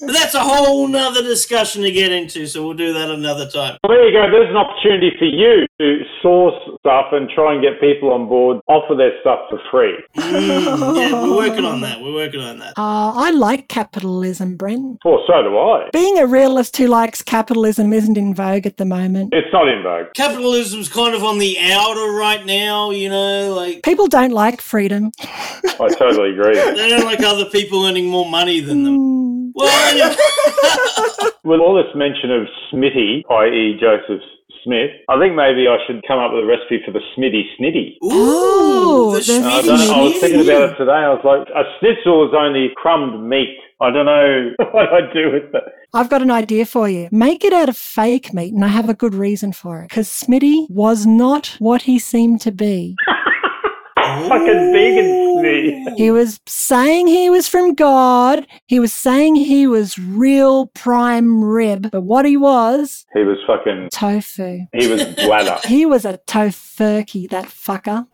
[SPEAKER 2] But that's a whole nother discussion to get into, so we'll do that another time.
[SPEAKER 3] Well, there you go. There's an opportunity for you to source stuff and try and get people on board, offer their stuff for free.
[SPEAKER 2] Mm, yeah, we're working on that. We're working on that.
[SPEAKER 1] Uh, I like capitalism, Brent.
[SPEAKER 3] Or so do I.
[SPEAKER 1] Being a realist who likes capitalism isn't in vogue at the moment.
[SPEAKER 3] It's not in vogue.
[SPEAKER 2] Capitalism's kind of on the outer right now, you know, like
[SPEAKER 1] People don't like freedom.
[SPEAKER 3] I totally agree.
[SPEAKER 2] they don't like other people earning more money than them.
[SPEAKER 1] Mm.
[SPEAKER 2] Well, anyway,
[SPEAKER 3] With all this mention of Smitty, i.e., Joseph Smith, I think maybe I should come up with a recipe for the Smitty Snitty. Uh,
[SPEAKER 1] Oh,
[SPEAKER 2] ooh, the
[SPEAKER 1] the
[SPEAKER 2] Schmitty
[SPEAKER 3] I, don't know, I was
[SPEAKER 2] Schmitty.
[SPEAKER 3] thinking about it today. I was like, a schnitzel is only crumbed meat. I don't know what I do with that.
[SPEAKER 1] I've got an idea for you. Make it out of fake meat, and I have a good reason for it. Because Smitty was not what he seemed to be.
[SPEAKER 3] Fucking vegan Smitty.
[SPEAKER 1] He was saying he was from God. He was saying he was real prime rib. But what he was,
[SPEAKER 3] He was fucking.
[SPEAKER 1] tofu.
[SPEAKER 3] He was bladder.
[SPEAKER 1] He was a tofurkey, that fucker.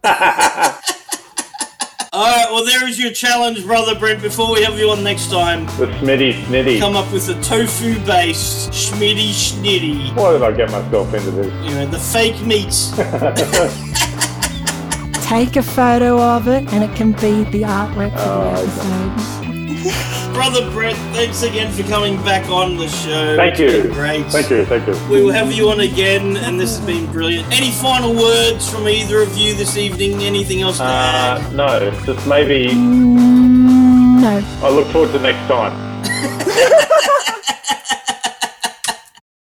[SPEAKER 2] All right, well, there is your challenge, brother Brent. Before we have you on next time,
[SPEAKER 3] the Smitty Snitty.
[SPEAKER 2] come up with a tofu-based schmitty schnitty.
[SPEAKER 3] Why did I get myself into this?
[SPEAKER 2] you know, the fake meats.
[SPEAKER 1] Take a photo of it, and it can be the artwork for the episode.
[SPEAKER 2] Brother Brett, thanks again for coming back on the show.
[SPEAKER 3] Thank
[SPEAKER 2] It's
[SPEAKER 3] you.
[SPEAKER 2] been Great.
[SPEAKER 3] Thank you. Thank you.
[SPEAKER 2] We will have you on again, and this has been brilliant. Any final words from either of you this evening? Anything else to add?
[SPEAKER 3] Uh, no, just maybe
[SPEAKER 1] Mm, no.
[SPEAKER 3] I look forward to next time.